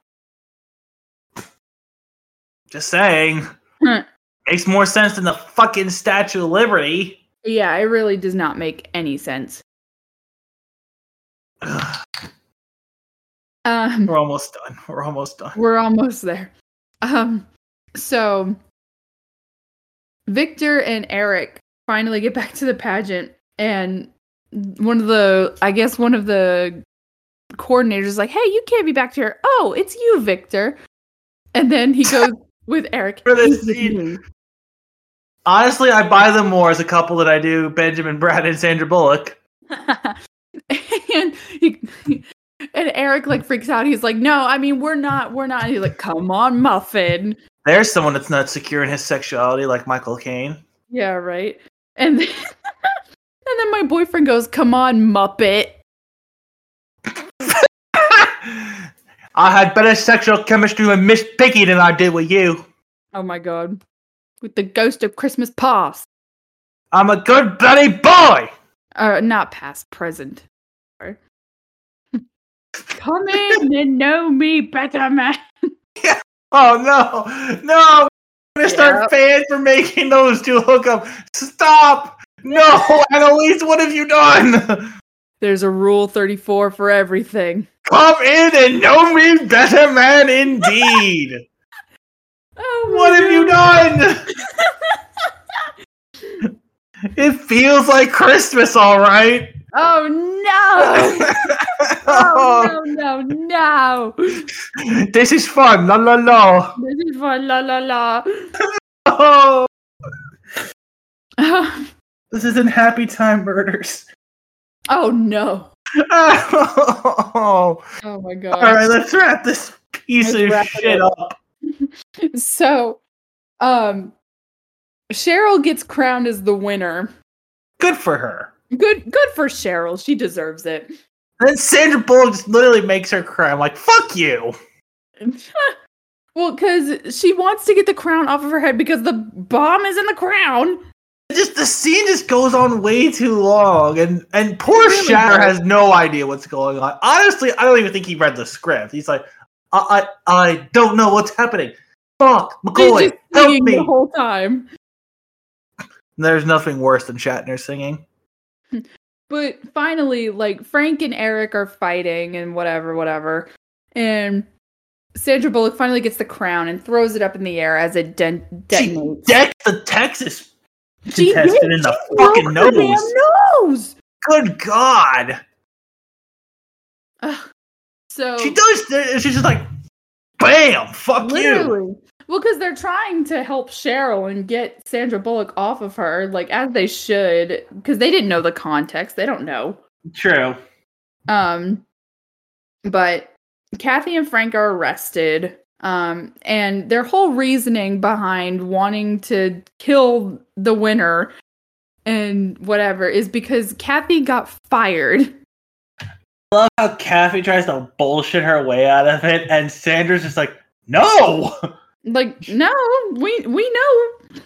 [SPEAKER 3] just saying.
[SPEAKER 2] Hmm.
[SPEAKER 3] Makes more sense than the fucking Statue of Liberty.
[SPEAKER 2] Yeah, it really does not make any sense.
[SPEAKER 3] Ugh,
[SPEAKER 2] Um,
[SPEAKER 3] we're almost done. We're almost done.
[SPEAKER 2] we're almost there. Um, so Victor and Eric finally get back to the pageant, and one of the, I guess, one of the coordinators is like, "Hey, you can't be back here." Oh, it's you, Victor. And then he goes with Eric.
[SPEAKER 3] For this
[SPEAKER 2] "He's with
[SPEAKER 3] scene.
[SPEAKER 2] me."
[SPEAKER 3] Honestly, I buy them more as a couple than I do Benjamin Brad and Sandra Bullock.
[SPEAKER 2] and he, and Eric like freaks out. He's like, "No, I mean, we're not. We're not." He's like, "Come on, Muffin."
[SPEAKER 3] There's someone that's not secure in his sexuality, like Michael Caine.
[SPEAKER 2] Yeah, right. And then, and then my boyfriend goes, "Come on, Muppet."
[SPEAKER 3] I had better sexual chemistry with Miss Piggy than I did with you.
[SPEAKER 2] Oh my god, with the ghost of Christmas past,
[SPEAKER 3] I'm a good bloody boy.
[SPEAKER 2] or not past, present. Sorry. Come in and know me better, man.
[SPEAKER 3] Oh no, no! I'm gonna
[SPEAKER 2] Yep.
[SPEAKER 3] start paying for making those two hook up. Stop! No, Annalise, what have you done?
[SPEAKER 2] There's a rule thirty-four for everything.
[SPEAKER 3] Come in and know me better, man. Indeed.
[SPEAKER 2] Oh, my
[SPEAKER 3] what have you
[SPEAKER 2] God.
[SPEAKER 3] done? it feels like Christmas, all right.
[SPEAKER 2] Oh no! oh no! No! No!
[SPEAKER 3] This is fun. La la la.
[SPEAKER 2] This is for la la la.
[SPEAKER 3] Oh. This isn't Happy Time Murders.
[SPEAKER 2] oh no!
[SPEAKER 3] Oh.
[SPEAKER 2] Oh my god!
[SPEAKER 3] All right, let's wrap this piece
[SPEAKER 2] Let's
[SPEAKER 3] of
[SPEAKER 2] wrap it
[SPEAKER 3] shit up.
[SPEAKER 2] So Um, Cheryl gets crowned as the winner.
[SPEAKER 3] Good for her.
[SPEAKER 2] Good, good for Cheryl. She deserves it.
[SPEAKER 3] And then Sandra Bullock just literally makes her cry. I'm like, fuck you.
[SPEAKER 2] well, because she wants to get the crown off of her head because the bomb is in the crown.
[SPEAKER 3] Just the scene just goes on way too long, and and poor
[SPEAKER 2] It really
[SPEAKER 3] Shatter
[SPEAKER 2] does.
[SPEAKER 3] has no idea what's going on. Honestly, I don't even think he read the script. He's like, I I, I don't know what's happening. Fuck,
[SPEAKER 2] She's
[SPEAKER 3] McCoy,
[SPEAKER 2] just
[SPEAKER 3] help
[SPEAKER 2] singing
[SPEAKER 3] me.
[SPEAKER 2] the whole time.
[SPEAKER 3] There's nothing worse than Shatner singing.
[SPEAKER 2] But finally, like Frank and Eric are fighting and whatever, whatever. And Sandra Bullock finally gets the crown and throws it up in the air as it den-
[SPEAKER 3] She
[SPEAKER 2] detonates.
[SPEAKER 3] decked the Texas
[SPEAKER 2] She
[SPEAKER 3] contestant
[SPEAKER 2] did.
[SPEAKER 3] in the
[SPEAKER 2] She broke
[SPEAKER 3] fucking
[SPEAKER 2] her
[SPEAKER 3] nose.
[SPEAKER 2] damn nose!
[SPEAKER 3] Good God.
[SPEAKER 2] Ugh. So
[SPEAKER 3] She does. th- She's just like, bam, fuck you.
[SPEAKER 2] Literally. Well, because they're trying to help Cheryl and get Sandra Bullock off of her, like as they should, because they didn't know the context. They don't know.
[SPEAKER 3] True.
[SPEAKER 2] Um, but Kathy and Frank are arrested. Um, and their whole reasoning behind wanting to kill the winner and whatever is because Kathy got fired.
[SPEAKER 3] Love how Kathy tries to bullshit her way out of it, and Sandra's just like, no,
[SPEAKER 2] Like, no, we we know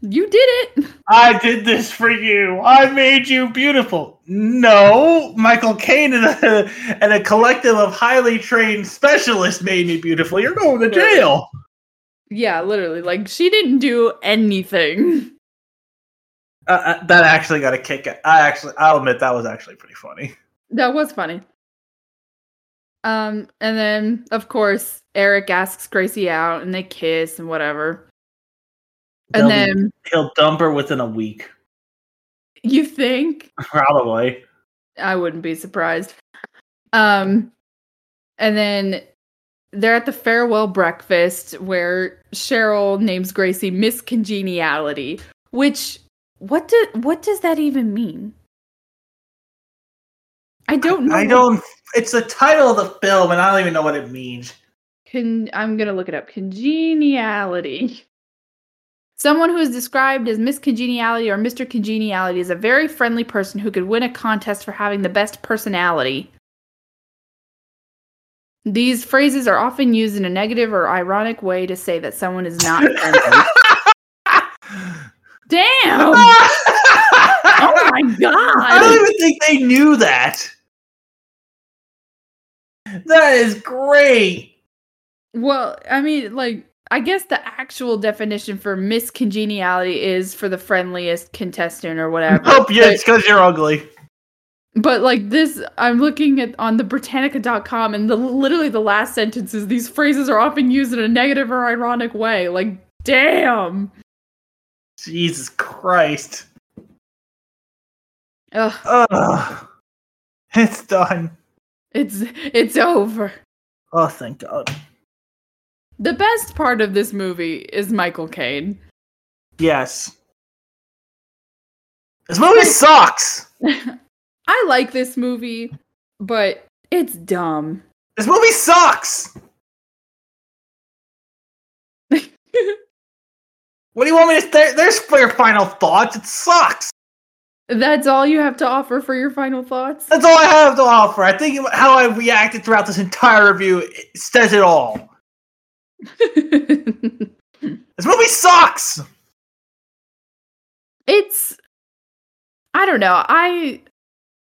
[SPEAKER 2] you did it.
[SPEAKER 3] I did this for you. I made you beautiful. No, Michael Caine and a, and a collective of highly trained specialists made me beautiful. You're going to jail.
[SPEAKER 2] Yeah, literally. Like she didn't do anything.
[SPEAKER 3] Uh, uh, that actually got a kick. I actually, I'll admit, that was actually pretty funny.
[SPEAKER 2] That was funny. Um, and then of course Eric asks Gracie out, and they kiss and whatever. And
[SPEAKER 3] They'll-
[SPEAKER 2] then
[SPEAKER 3] he'll dump her within a week,
[SPEAKER 2] you think
[SPEAKER 3] probably.
[SPEAKER 2] I wouldn't be surprised. Um, and then they're at the farewell breakfast where Cheryl names Gracie Miss Congeniality, which what do what does that even mean? I don't know.
[SPEAKER 3] I don't. It's the title of the film, and I don't even know what it means.
[SPEAKER 2] Con- I'm going to look it up. Congeniality. Someone who is described as Miss Congeniality or Mr. Congeniality is a very friendly person who could win a contest for having the best personality. These phrases are often used in a negative or ironic way to say that someone is not friendly. Damn! Oh my
[SPEAKER 3] I
[SPEAKER 2] god!
[SPEAKER 3] don't even think they knew that. That is great.
[SPEAKER 2] Well, I mean, like, I guess the actual definition for Miss Congeniality is for the friendliest contestant or whatever.
[SPEAKER 3] Hope you.
[SPEAKER 2] but-
[SPEAKER 3] It's because you're ugly.
[SPEAKER 2] But like this, I'm looking at on the Britannica.com, and the literally the last sentence is these phrases are often used in a negative or ironic way. Like, damn.
[SPEAKER 3] Jesus Christ.
[SPEAKER 2] Ugh,
[SPEAKER 3] Ugh. It's done.
[SPEAKER 2] it's it's over.
[SPEAKER 3] Oh, thank God.
[SPEAKER 2] The best part of this movie is Michael Caine.
[SPEAKER 3] Yes. This movie sucks.
[SPEAKER 2] I like this movie, but it's dumb.
[SPEAKER 3] This movie sucks. What do you want me to? Th- there's for your final thoughts. It sucks.
[SPEAKER 2] That's all you have to offer for your final thoughts.
[SPEAKER 3] That's all I have to offer. I think how I reacted throughout this entire review it says it all. This movie sucks.
[SPEAKER 2] it's i don't know i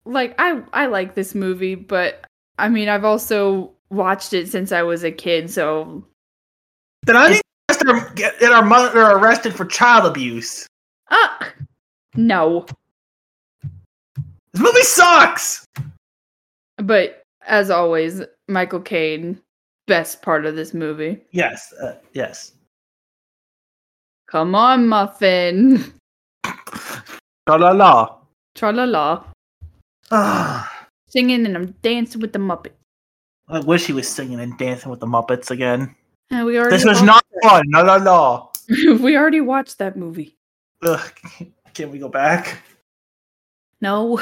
[SPEAKER 2] like i i like this movie but i mean i've also watched it since i was a kid so
[SPEAKER 3] Then I need to arrest our- get get our mother arrested for child abuse.
[SPEAKER 2] ah no
[SPEAKER 3] This movie sucks.
[SPEAKER 2] but as always michael caine best part of this movie
[SPEAKER 3] Yes, uh, yes.
[SPEAKER 2] come on muffin
[SPEAKER 3] La la la.
[SPEAKER 2] tra la la
[SPEAKER 3] Ah,
[SPEAKER 2] singing and i'm dancing with the muppet
[SPEAKER 3] I wish he was singing and dancing with the Muppets again.
[SPEAKER 2] and we already
[SPEAKER 3] This was
[SPEAKER 2] watched-
[SPEAKER 3] not fun. La la la.
[SPEAKER 2] we already watched that movie
[SPEAKER 3] Ugh, can we go back?
[SPEAKER 2] no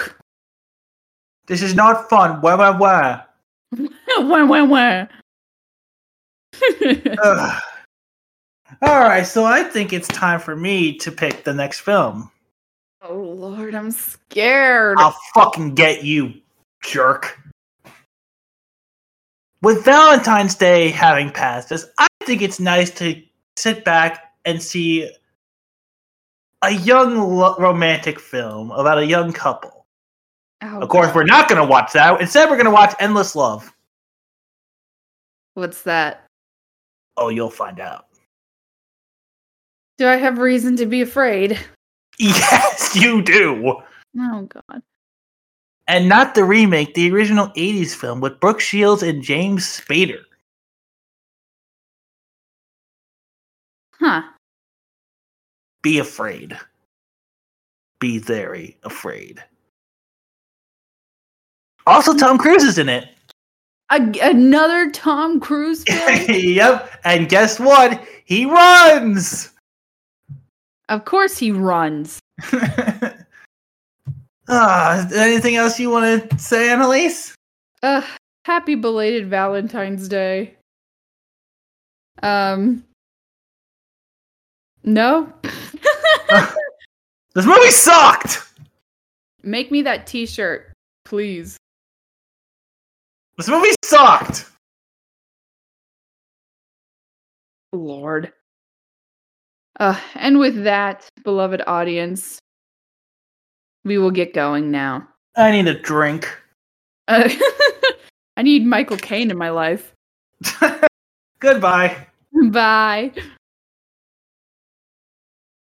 [SPEAKER 3] This is not fun. Where, where, where?
[SPEAKER 2] wah, wah, wah.
[SPEAKER 3] Ugh. All right, so I think it's time for me to pick the next film.
[SPEAKER 2] Oh Lord, I'm scared.
[SPEAKER 3] I'll fucking get you, jerk. With Valentine's Day having passed us, I think it's nice to sit back and see a young lo- romantic film about a young couple.
[SPEAKER 2] Oh,
[SPEAKER 3] Of course,
[SPEAKER 2] God.
[SPEAKER 3] we're not going to watch that. Instead, we're going to watch Endless Love.
[SPEAKER 2] What's that?
[SPEAKER 3] Oh, you'll find out.
[SPEAKER 2] Do I have reason to be afraid?
[SPEAKER 3] Yes, you do.
[SPEAKER 2] Oh God.
[SPEAKER 3] And not the remake, the original 80s film with Brooke Shields and James Spader.
[SPEAKER 2] Huh.
[SPEAKER 3] Be afraid. Be very afraid. Also, Tom Cruise is in it.
[SPEAKER 2] A- another Tom Cruise film?
[SPEAKER 3] yep. And guess what? He runs.
[SPEAKER 2] of course he runs.
[SPEAKER 3] Ah, anything else you want to say, Annalise?
[SPEAKER 2] Ugh. Happy belated Valentine's Day. Um. No.
[SPEAKER 3] This movie sucked.
[SPEAKER 2] Make me that T-shirt, please.
[SPEAKER 3] This movie sucked.
[SPEAKER 2] Lord. Uh, and with that, beloved audience, we will get going now.
[SPEAKER 3] I need a drink.
[SPEAKER 2] Uh, I need Michael Caine in my life.
[SPEAKER 3] Goodbye.
[SPEAKER 2] Bye.